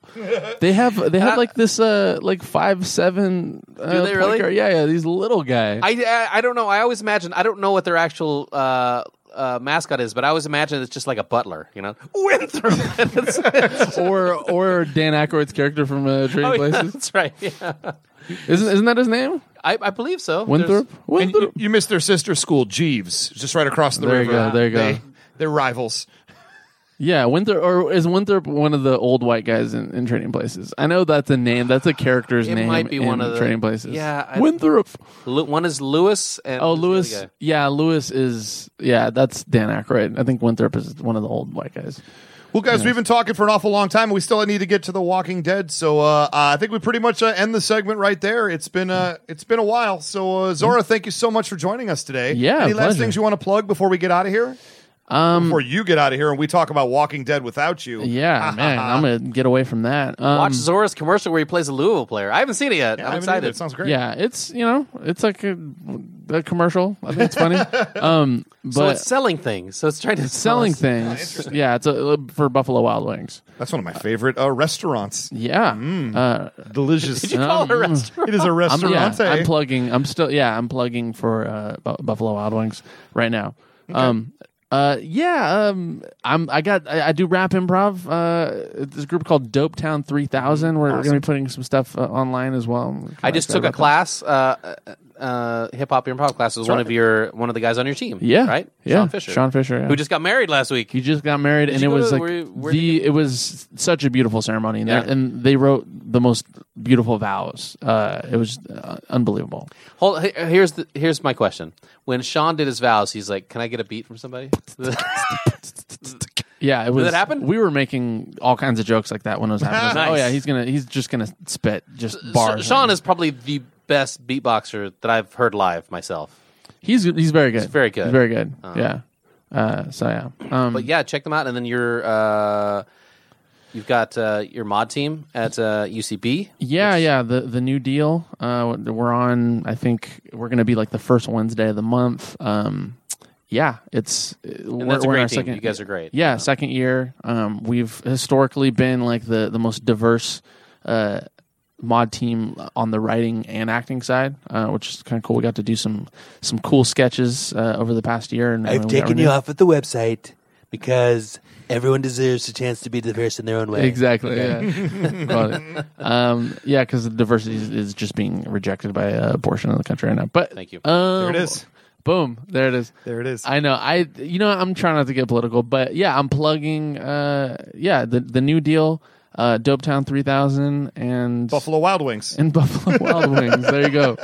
S3: they have they have like this uh like five seven. Uh,
S2: they
S3: point
S2: really?
S3: guard. Yeah, yeah. These little guy.
S2: I, I I don't know. I always imagine. I don't know what their actual. Uh, uh, mascot is, but I always imagine it's just like a butler, you know. Winthrop, that's,
S3: or or Dan Aykroyd's character from uh, Trading
S2: oh, yeah,
S3: Places.
S2: that's right. Yeah,
S3: Isn't isn't that his name?
S2: I, I believe so.
S3: Winthrop.
S2: There's-
S4: And you,
S3: Winthrop.
S4: you missed their sister school, Jeeves, just right across the
S3: There you
S4: river.
S3: go, there you go.
S4: They, they're rivals.
S3: Yeah, Winthrop. Or is Winthrop one of the old white guys in, in Trading Places? I know that's a name. That's a character's
S2: It
S3: name.
S2: might be
S3: in
S2: one of the-
S3: Trading Places.
S2: Yeah, I-
S3: Winthrop.
S2: Lu- one is Lewis, and who's
S3: Oh,
S2: the other
S3: Lewis.
S2: guy?
S3: Yeah, Lewis is. Yeah, that's Dan Aykroyd. I think Winthrop is one of the old white guys.
S4: Well, guys, we've been talking for an awful long time. and We still need to get to The Walking Dead, so uh, uh, I think we pretty much uh, end the segment right there. It's been uh, it's been a while. So uh, Zora, thank you so much for joining us today.
S3: Yeah,
S4: Any last
S3: pleasure.
S4: things you want to plug before we get out of here? Um, before you get out of here and we talk about Walking Dead without you.
S3: Yeah, man, I'm gonna get away from that. Um,
S2: Watch Zora's commercial where he plays a Louisville player. I haven't seen it yet. I'm
S4: I haven't either.
S2: excited.
S4: It sounds great.
S3: Yeah, it's you know, it's like a, a commercial. I think it's funny. um, but
S2: so it's selling things. So it's trying to sell
S3: selling
S2: us.
S3: things. yeah, it's a, for Buffalo Wild Wings.
S4: That's one of my favorite uh, restaurants.
S3: Yeah,
S2: Hmm.
S3: uh,
S4: Delicious.
S2: Did you call it a restaurant?
S4: it is a
S3: I'm,
S4: restaurant.
S3: yeah, I'm plugging. I'm still yeah, I'm plugging for uh, Bu- Buffalo Wild Wings right now. Um, uh, yeah, um, I'm I got I, I do rap improv. Uh, this group called Dope Town Three Thousand. We're gonna be putting some stuff uh, online as well. I'm
S2: I
S3: kinda
S2: just
S3: excited
S2: took a
S3: about that.
S2: class, uh, uh, uh, hip hop improv class. Was one of your one of the guys on your team?
S3: Yeah,
S2: right.
S3: Yeah,
S2: Sean Fisher.
S3: Sean Fisher, yeah.
S2: who just got married last week.
S3: He just got married, and
S2: you
S3: it
S2: go
S3: was
S2: to-
S3: like
S2: where you- where did
S3: the. It was such a beautiful ceremony, and,
S2: Yeah.
S3: they- and they wrote the most beautiful vows. Uh, it was uh, unbelievable.
S2: Hold, he- here's the, here's my question. When Sean did his vows, he's like, "Can I get a beat from somebody?"
S3: Yeah, it was.
S2: that happen?
S3: We were making all kinds of jokes like that when it was happening.
S2: Nice.
S3: Oh yeah, he's gonna. He's just gonna spit just bars.
S2: Sean is probably the best beatboxer that I've heard live myself.
S3: He's he's very good.
S2: very good. Uh-huh.
S3: He's very good. yeah. Uh, so yeah. Um,
S2: But yeah, check them out. And then your uh, you've got uh, your mod team at uh, UCB.
S3: yeah, yeah. The the new deal. Uh, we're on. I think we're gonna be like the first Wednesday of the month. Um, yeah, it's. we're,
S2: And that's a
S3: we're in
S2: great
S3: our
S2: team.
S3: second-
S2: you guys are great.
S3: Yeah, second year. Um, we've historically been like the the most diverse uh, mod team on the writing and acting side, uh, which is kind of cool. We got to do some some cool sketches uh, over the past year. And
S5: I've
S3: we got
S5: taken you
S3: renewed.
S5: off of the website because everyone deserves a chance to be the first in their own way.
S3: Exactly. Yeah. Got it. Um, yeah, because diversity is, is just being rejected by a portion of the country right now. But
S2: Thank you.
S3: Um,
S4: There it is.
S3: Boom. There it is.
S4: There it is.
S3: I know. I you know I'm trying not to get political, but yeah, I'm plugging. Uh, yeah, the the New Deal. uh, Dopetown 3000, and
S4: Buffalo Wild Wings.
S3: and Buffalo Wild Wings. There you go.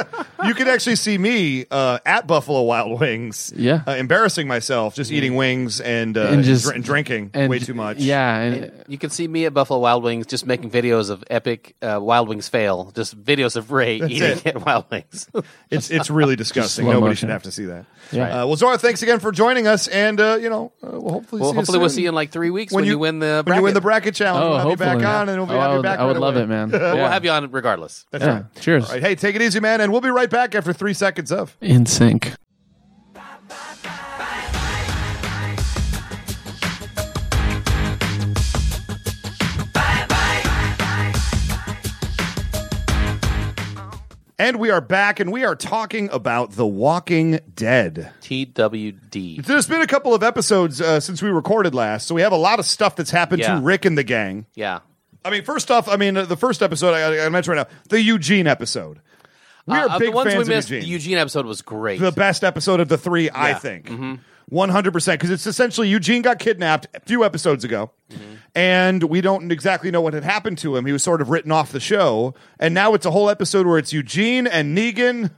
S4: you could actually see me uh, at Buffalo Wild Wings.
S3: Yeah.
S4: uh, embarrassing myself, just eating wings and uh,
S3: And just-
S4: dr- and drinking
S3: And
S4: way too much.
S3: Yeah, and,
S2: You can see me at Buffalo Wild Wings just making videos of epic uh, Wild Wings fail, just videos of Ray eating
S4: it.
S2: at Wild Wings.
S4: it's it's really disgusting.
S3: slow
S4: Nobody
S3: motion.
S4: should have to see that.
S3: Yeah.
S4: Uh, well, Zora, thanks again for joining us, and uh, you know, uh, we'll hopefully
S2: well,
S4: see
S2: hopefully
S4: you
S2: we'll
S4: soon.
S2: see you in like three weeks when, you win the
S4: when you win the
S2: bracket.
S4: bracket challenge.
S3: oh,
S4: we'll have you
S3: hopefully.
S4: back on, and we'll be
S3: oh, I
S4: have you
S3: would,
S4: back.
S3: I would
S4: right
S3: love
S4: away.
S3: it, man.
S2: But
S3: yeah.
S2: We'll have you on regardless.
S4: That's
S3: Yeah.
S4: right.
S3: Cheers.
S4: All right, hey, take it easy, man, and we'll be right back after three seconds of.
S3: In sync.
S4: And we are back, and we are talking about The Walking Dead.
S2: TWD.
S4: There's been a couple of episodes uh, since we recorded last, so we have a lot of stuff that's happened
S2: Yeah.
S4: to Rick and the gang.
S2: Yeah.
S4: I mean, first off, I mean uh, the first episode I, I mentioned right now, the Eugene episode. We are
S2: Uh, of
S4: big
S2: the ones
S4: fans
S2: we missed,
S4: of Eugene.
S2: the Eugene episode was great.
S4: The best episode of the three, I
S2: Yeah. Mm-hmm.
S4: think. One hundred percent, because it's essentially Eugene got kidnapped a few episodes ago,
S2: Mm-hmm.
S4: and we don't exactly know what had happened to him. He was sort of written off the show, and now it's a whole episode where it's Eugene and Negan,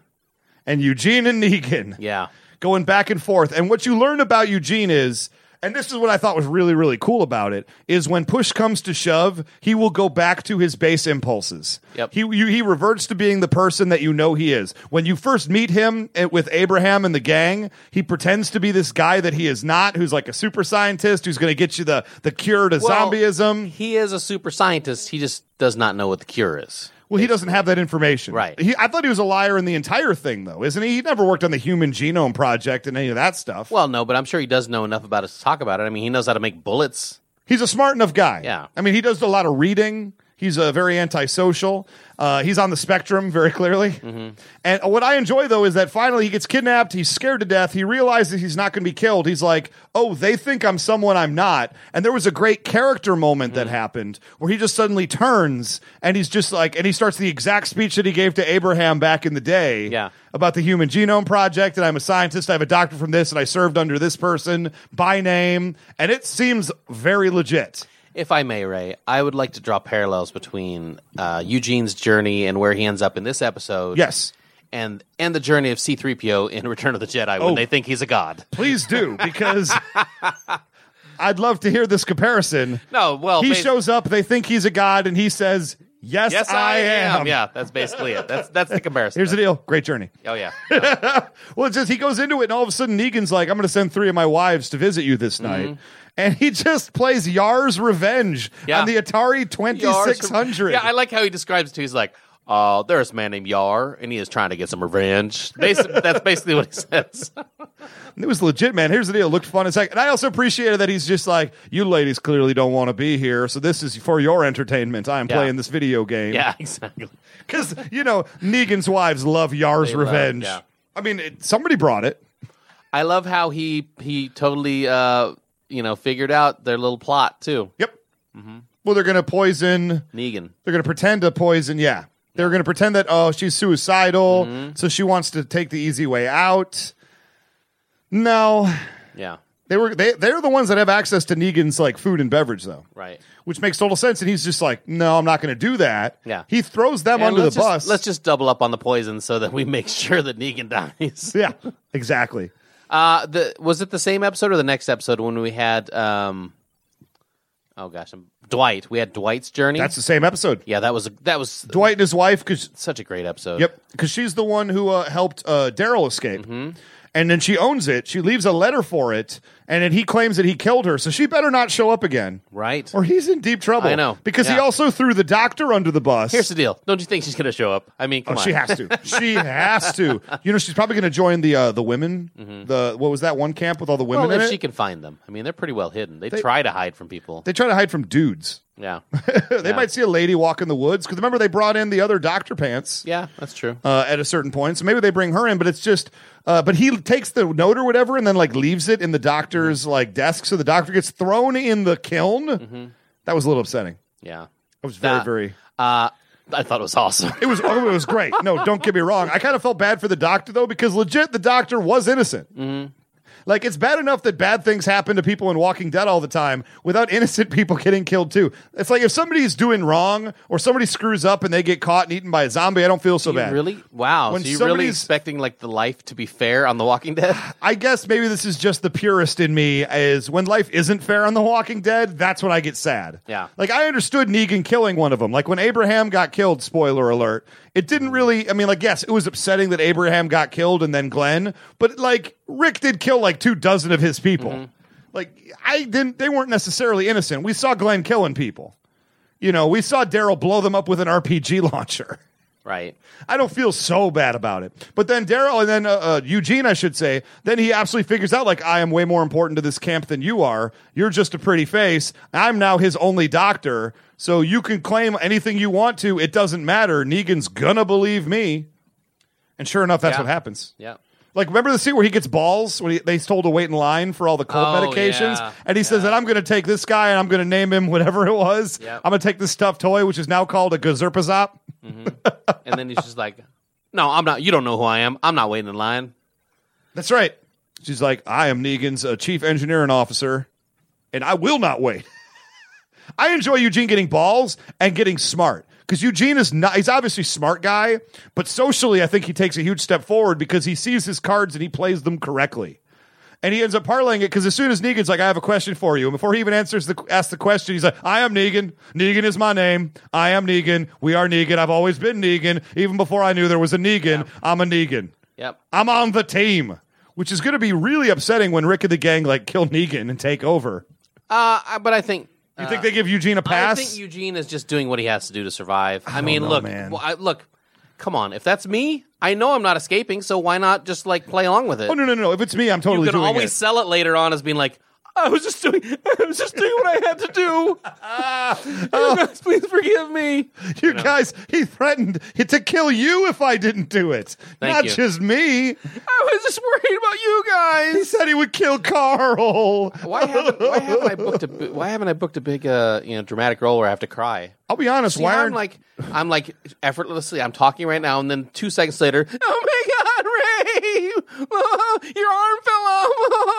S4: and Eugene and Negan
S2: yeah.
S4: going back and forth. And what you learn about Eugene is, and this is what I thought was really, really cool about it, is when push comes to shove, he will go back to his base impulses.
S2: Yep.
S4: He you, he reverts to being the person that you know he is. When you first meet him eh, with Abraham and the gang, he pretends to be this guy that he is not, who's like a super scientist, who's going to get you the the cure to
S2: Well,
S4: zombieism.
S2: He is a super scientist. He just does not know what the cure is.
S4: Well, he doesn't have that information.
S2: Right.
S4: He, I thought he was a liar in the entire thing, though, isn't he? He never worked on the Human Genome Project and any of that stuff.
S2: Well, no, but I'm sure he does know enough about it to talk about it. I mean, he knows how to make bullets.
S4: he's a smart enough guy.
S2: Yeah.
S4: I mean, he does a lot of reading. He's a very antisocial. Uh, he's on the spectrum very clearly. And what I enjoy though is that finally he gets kidnapped. He's scared to death. He realizes he's not going to be killed. He's like, "Oh, they think I'm someone I'm not." And there was a great character moment that happened where he just suddenly turns and he's just like, and he starts the exact speech that he gave to Abraham back in the day
S2: Yeah.
S4: about the Human Genome Project, and I'm a scientist. I have a doctor from this, and I served under this person by name, and it seems very legit.
S2: If I may, Ray, I would like to draw parallels between uh, Eugene's journey and where he ends up in this episode.
S4: Yes.
S2: And and the journey of C3PO in Return of the Jedi
S4: Oh.
S2: when they think he's a god.
S4: Please do, because I'd love to hear this comparison.
S2: No, well,
S4: he
S2: bas-
S4: shows up, they think he's a god, and he says, Yes,
S2: Yes, I, am. Yeah, that's basically it. That's that's the comparison.
S4: Here's the deal. Great journey.
S2: oh yeah. yeah.
S4: Well, it's just he goes into it, and all of a sudden Negan's like, "I'm going to send three of my wives to visit you this
S2: Mm-hmm.
S4: night," and he just plays Yar's Revenge
S2: Yeah.
S4: on the Atari Twenty Six Hundred.
S2: Yeah, I like how he describes it. Too. He's like, "Oh, there's a man named Yar, and he is trying to get some revenge." Basi- that's basically what he says.
S4: It was legit, man. Here's the deal. It looked fun. It's like, and I also appreciated that he's just like, you ladies clearly don't want to be here, so this is for your entertainment. I am
S2: Yeah.
S4: playing this video game.
S2: yeah, exactly.
S4: Because, you know, Negan's wives love Yar's
S2: They love-
S4: revenge.
S2: yeah.
S4: I mean, it, somebody brought it.
S2: I love how he he totally uh you know figured out their little plot too.
S4: Yep.
S2: Mm-hmm.
S4: Well, they're going to poison,
S2: Negan.
S4: they're going to pretend to poison, yeah. They're going to pretend that, oh, she's suicidal,
S2: Mm-hmm.
S4: so she wants to take the easy way out. No.
S2: Yeah.
S4: They were they they're the ones that have access to Negan's like food and beverage though.
S2: Right.
S4: which makes total sense. And he's just like, no, I'm not going to do that.
S2: Yeah.
S4: He throws them
S2: And
S4: under the
S2: let's just-
S4: bus.
S2: Let's just double up on the poison so that we make sure that Negan dies.
S4: yeah, exactly.
S2: Uh, the was it the same episode or the next episode when we had um, oh gosh, I'm- Dwight. We had Dwight's journey.
S4: That's the same episode.
S2: yeah, that was a, that was
S4: Dwight and his wife, because
S2: such a great episode.
S4: yep, because she's the one who uh, helped uh, Daryl escape,
S2: Mm-hmm.
S4: and then she owns it. She leaves a letter for it, and then he claims that he killed her. So she better not show up again,
S2: Right.
S4: or he's in deep trouble.
S2: I know.
S4: because he
S2: Yeah.
S4: also threw the doctor under the bus.
S2: Here's the deal. Don't you think she's gonna show up? I mean, come
S4: Oh,
S2: on.
S4: she has to. She has to. You know, she's probably going to join the uh, the women. The what was that one camp with all the women
S2: Mm-hmm. well,
S4: in
S2: if
S4: it?
S2: she can find them. I mean, they're pretty well hidden. They, try to hide from people.
S4: they try to hide from dudes.
S2: yeah.
S4: they might see a lady walk in the woods because remember they brought in the other doctor pants
S2: yeah, that's true.
S4: uh, at a certain point so maybe they bring her in but it's just uh, but he takes the note or whatever and then like leaves it in the
S2: Mm-hmm.
S4: doctor's like desk so the doctor gets thrown in the kiln that was a little upsetting
S2: yeah.
S4: it was very
S2: Mm-hmm. That-
S4: very
S2: Uh, I thought it was awesome.
S4: it was oh, it was
S2: Mm-hmm.
S4: great no don't get me wrong i kind of felt bad for the doctor though because legit the doctor was innocent Like it's bad enough that bad things happen to people in Walking Dead all the time without innocent people getting killed too. It's like if somebody's doing wrong or somebody screws up and they get caught and eaten by a zombie, I don't feel so
S2: You
S4: bad.
S2: really? Wow.
S4: When
S2: so you're really
S4: somebody's-
S2: expecting like the life to be fair on The Walking Dead?
S4: I guess maybe this is just the purist in me is when life isn't fair on The Walking Dead, that's when I get sad.
S2: Yeah.
S4: Like I understood Negan killing one of them. Like when Abraham got killed, spoiler alert, it didn't really I mean like yes, it was upsetting that Abraham got killed and then Glenn, but like Rick did kill like two dozen of his people. Like I didn't they weren't necessarily innocent. We saw Glenn killing people. You know, we saw Daryl blow them up with an RPG launcher.
S2: right.
S4: I don't feel so bad about it. But then Daryl and then uh, uh, Eugene, I should say, then he absolutely figures out like I am way more important to this camp than you are. You're just a pretty face. I'm now his only doctor, so you can claim anything you want to. It doesn't matter. Negan's gonna believe me. And sure enough, that's
S2: Yeah.
S4: what happens.
S2: Yeah.
S4: Like, remember the scene where he gets balls when he, they told to wait in line for all the cold
S2: Oh,
S4: medications?
S2: yeah.
S4: And he says that I'm going to take this guy and I'm going to name him whatever it was.
S2: Yep.
S4: I'm going to take this stuffed toy, which is now called a Gazerpazop.
S2: And then he's just like, no, I'm not. You don't know who I am. I'm not waiting in line.
S4: That's right. She's like, I am Negan's uh, chief engineering officer, and I will not wait. I enjoy Eugene getting balls and getting smart because Eugene is not, he's obviously a smart guy, but socially, I think he takes a huge step forward because he sees his cards and he plays them correctly. And he ends up parlaying it because as soon as Negan's like, I have a question for you. And before he even answers the asks the question, he's like, I am Negan. Negan is my name. I am Negan. We are Negan. I've always been Negan. Even before I knew there was a Negan, I'm a Negan.
S2: Yep.
S4: I'm on the team, which is going to be really upsetting when Rick and the gang like kill Negan and take over.
S2: Uh, I- but I think.
S4: You think they give Eugene a
S2: Uh, I
S4: pass?
S2: think Eugene is just doing what he has to do to survive. I, mean,
S4: know,
S2: look,
S4: man.
S2: well, I, look, come on. If that's me, I know I'm not escaping. So why not just like play along with it?
S4: oh no, no, no, no! If it's me, I'm
S2: you
S4: totally
S2: can
S4: doing
S2: always
S4: it.
S2: sell it later on as being like, I was just doing, I was just doing what I had to do. You guys, please forgive me.
S4: You guys, he threatened to kill you if I didn't do it,
S2: Thank
S4: not
S2: you.
S4: just me.
S2: I was just worried about you
S4: He
S2: guys.
S4: said he would kill Carl.
S2: Why haven't, why haven't I booked a bi- Why haven't I booked a big uh, you know dramatic role where I have to cry?
S4: I'll be honest.
S2: See,
S4: why
S2: how I'm
S4: aren't
S2: like I'm like effortlessly. I'm talking right now, and then two seconds later, oh my god, Ray, your arm fell off.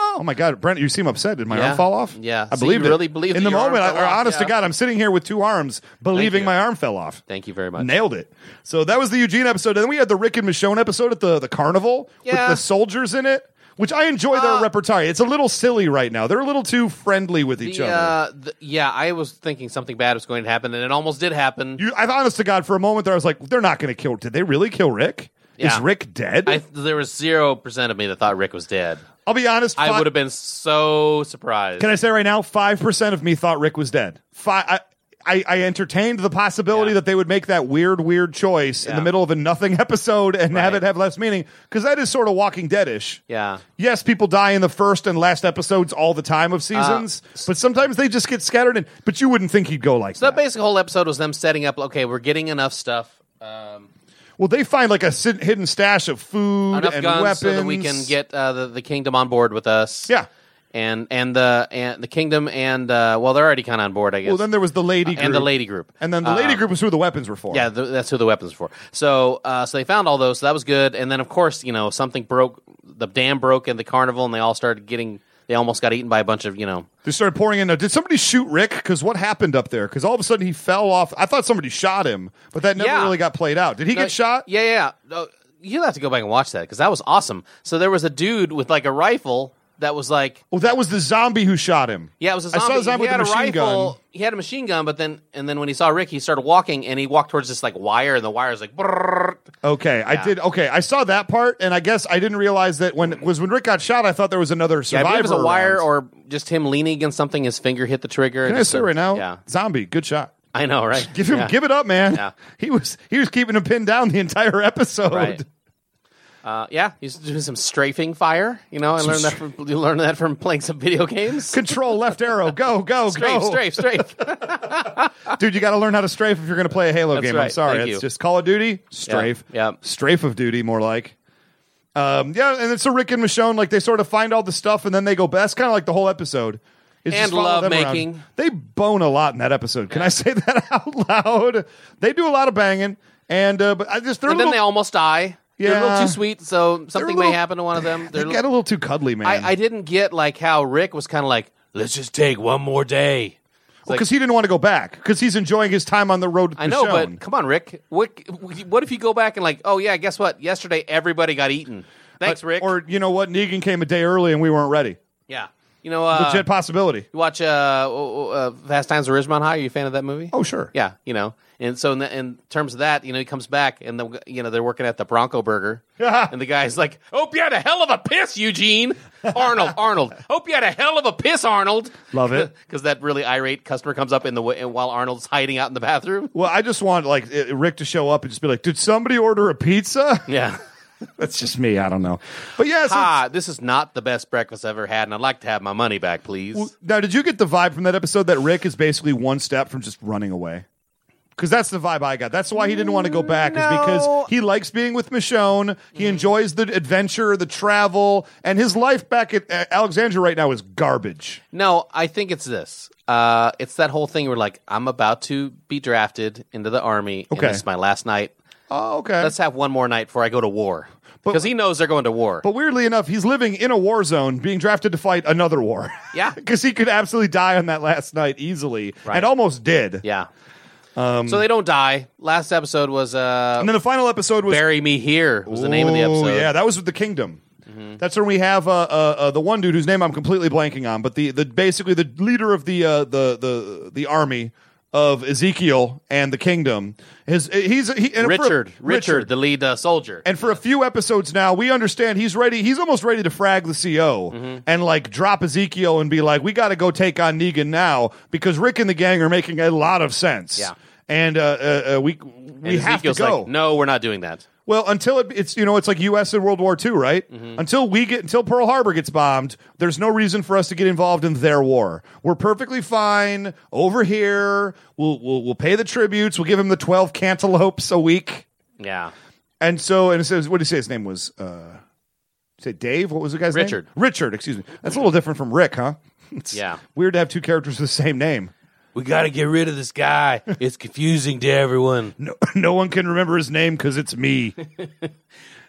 S4: Oh my God, Brent, you seem upset. Did my
S2: Yeah.
S4: arm fall off?
S2: Yeah.
S4: I
S2: So
S4: believe
S2: you
S4: it.
S2: really believe
S4: in
S2: that
S4: the
S2: your arm
S4: moment. I,
S2: fell off,
S4: honest to
S2: yeah.
S4: God, I'm sitting here with two arms, believing
S2: you.
S4: my arm fell off.
S2: Thank you very much.
S4: Nailed it. So that was the Eugene episode. And then we had the Rick and Michonne episode at the, the carnival
S2: Yeah. Uh,
S4: with the soldiers in it, which I enjoy their repertoire. It's a little silly right now. They're a little too friendly with each
S2: The,
S4: other.
S2: uh, the, yeah, I was thinking something bad was going to happen, and it almost did happen.
S4: You, I honest to God, for a moment there, I was like, they're not going to kill. Did they really kill Rick?
S2: Yeah.
S4: Is Rick dead?
S2: I, there was zero percent of me that thought Rick was dead.
S4: will be honest.
S2: I
S4: fi-
S2: would have been so surprised.
S4: Can I say right now, five percent of me thought Rick was dead. Five. I, I, I entertained the possibility
S2: Yeah.
S4: that they would make that weird, weird choice in
S2: Yeah.
S4: the middle of a nothing episode and have
S2: Right.
S4: it have less meaning because that is sort of Walking Dead ish.
S2: yeah.
S4: Yes, people die in the first and last episodes all the time
S2: Ah.
S4: of seasons, but sometimes they just get scattered in. But you wouldn't think he'd go like
S2: So that
S4: that.
S2: basic whole episode was them setting up. Okay, we're getting enough stuff, um,
S4: Well, they find like a sit- hidden stash of food
S2: enough
S4: and
S2: guns,
S4: weapons
S2: so that we can get uh, the, the kingdom on board with us.
S4: Yeah.
S2: and and the and the kingdom and uh, well, they're already kind of on board, I guess.
S4: Well, then there was the lady group.
S2: Uh, and the lady group,
S4: and then the lady
S2: Um,
S4: group was who the weapons were for.
S2: Yeah, th- that's who the weapons were for. So, uh, so they found all those. So that was good. And then, of course, you know, something broke. The dam broke in the carnival, and they all started getting. They almost got eaten by a bunch of you know.
S4: They started pouring in. Did somebody shoot Rick? Because what happened up there? Because all of a sudden he fell off. I thought somebody shot him, but that never
S2: Yeah.
S4: really got played out. Did he
S2: No,
S4: get shot?
S2: Yeah, yeah. yeah. Uh, you'll have to go back and watch that because that was awesome. So there was a dude with like a rifle that was like,
S4: Well, that was the zombie who shot him.
S2: yeah, it was a
S4: I
S2: zombie.
S4: saw a zombie
S2: he had
S4: with a
S2: a
S4: machine
S2: rifle.
S4: gun.
S2: He had a machine gun, but then and then when he saw Rick, he started walking and he walked towards this like wire, and the wire is like, brrrr.
S4: Okay, I did. Okay, I saw that part, and I guess I didn't realize that when was when Rick got shot. I thought there was another
S2: Yeah, I
S4: survivor.
S2: believe it was a wire
S4: around.
S2: or just him leaning against something. His finger hit the trigger.
S4: Can I
S2: Just
S4: say
S2: a-
S4: right now?
S2: Yeah,
S4: zombie, good shot.
S2: I know, right?
S4: Give him,
S2: Yeah.
S4: give it up, man.
S2: Yeah.
S4: He was he was keeping him pinned down the entire episode.
S2: Right. Uh, yeah, he's doing some strafing fire. You know, I learned that from you learn that from playing some video games.
S4: Control left arrow, go, go,
S2: Strafe,
S4: go,
S2: strafe, strafe.
S4: dude. You got to learn how to strafe if you're going to play a Halo game. I'm
S2: right.
S4: sorry,
S2: Thank
S4: it's
S2: you.
S4: just Call of Duty strafe,
S2: Yeah. Yeah.
S4: strafe of duty, more like. Um, yeah, and it's so Rick and Michonne like they sort of find all the stuff and then they go. But that's kind of like the whole episode. It's
S2: And
S4: just follow them around.
S2: lovemaking.
S4: They bone a lot in that episode. Can I say that out loud? They do a lot of banging, and uh, but I just they're a
S2: and then
S4: little-
S2: they almost die. They're a little
S4: Yeah.
S2: too sweet, so something may
S4: little-
S2: happen to one of them.
S4: They
S2: um, They're
S4: got a little too cuddly, man.
S2: I, I didn't get like how Rick was kind of like, let's just take one more day. It's like,
S4: because he didn't want to go back because he's enjoying his time on the road. With
S2: I know,
S4: Michonne.
S2: but come on, Rick. What what if you go back and like, oh yeah, guess what? Yesterday everybody got eaten. Thanks, Rick.
S4: Or you know what? Negan came a day early and we weren't ready.
S2: yeah, you know, uh,
S4: Legit possibility.
S2: you watch uh, uh, Fast Times at Ridgemont High. Are you a fan of that movie?
S4: Oh sure.
S2: yeah, you know. And so in, the, in terms of that, you know, he comes back and the, you know they're working at the Bronco Burger, and the guy's like, "Hope you had a hell of a piss, Eugene Arnold. Arnold, hope you had a hell of a piss, Arnold."
S4: Love it.
S2: because that really irate customer comes up in the w- and while Arnold's hiding out in the bathroom.
S4: Well, I just want like i- Rick to show up and just be like, "Did somebody order a pizza?"
S2: Yeah.
S4: That's just me. I don't know. But yeah. So
S2: Ah, this is not the best breakfast I've ever had, and I'd like to have my money back, please.
S4: now, did you get the vibe from that episode that Rick is basically one step from just running away? Because that's the vibe I got. That's why he didn't want to go back. Is because he likes being with Michonne. He enjoys the adventure, the travel, and his life back at uh, Alexandria right now is garbage.
S2: No, I think it's this. Uh, it's that whole thing where like I'm about to be drafted into the army.
S4: Okay.
S2: and it's my last night.
S4: Oh, okay.
S2: Let's have one more night before I go to war, because he knows they're going to war.
S4: But weirdly enough, he's living in a war zone, being drafted to fight another war.
S2: Yeah.
S4: because he could absolutely die on that last night easily, and almost did.
S2: yeah.
S4: Um,
S2: so they don't die. Last episode was uh,
S4: And then the final episode was
S2: "Bury Me Here" was the name of the
S4: Ooh,
S2: episode. Mm-hmm.
S4: Yeah, that was with the kingdom. That's when we have uh, uh, uh, the one dude whose name I'm completely blanking on, but the, the basically the leader of the uh, the the the army of Ezekiel and the kingdom. His he's he, and for-
S2: Richard, Richard, the lead uh, soldier.
S4: And for a few episodes now, we understand he's ready. He's almost ready to frag the CO
S2: Mm-hmm.
S4: and like drop Ezekiel and be like, "We got to go take on Negan now," because Rick and the gang are making a lot of sense.
S2: Yeah.
S4: and uh, uh, uh, we we
S2: And
S4: have to
S2: Ezekiel's
S4: go.
S2: like, "No, we're not doing that."
S4: Well, until it, it's you know it's like U.S. and World War II, right?
S2: Mm-hmm.
S4: Until we get until Pearl Harbor gets bombed, there's no reason for us to get involved in their war. We're perfectly fine over here. We'll we'll, we'll pay the tributes. We'll give him the twelve cantaloupes a week.
S2: Yeah.
S4: And so, and it says, what did he say? His name was, uh, say Dave. What was the guy's
S2: Richard.
S4: name? Richard. Richard. Excuse me. That's a little different from Rick, huh? It's
S2: Yeah.
S4: Weird to have two characters with the same name.
S5: We got to get rid of this guy. It's confusing to everyone.
S4: No, no one can remember his name because it's me,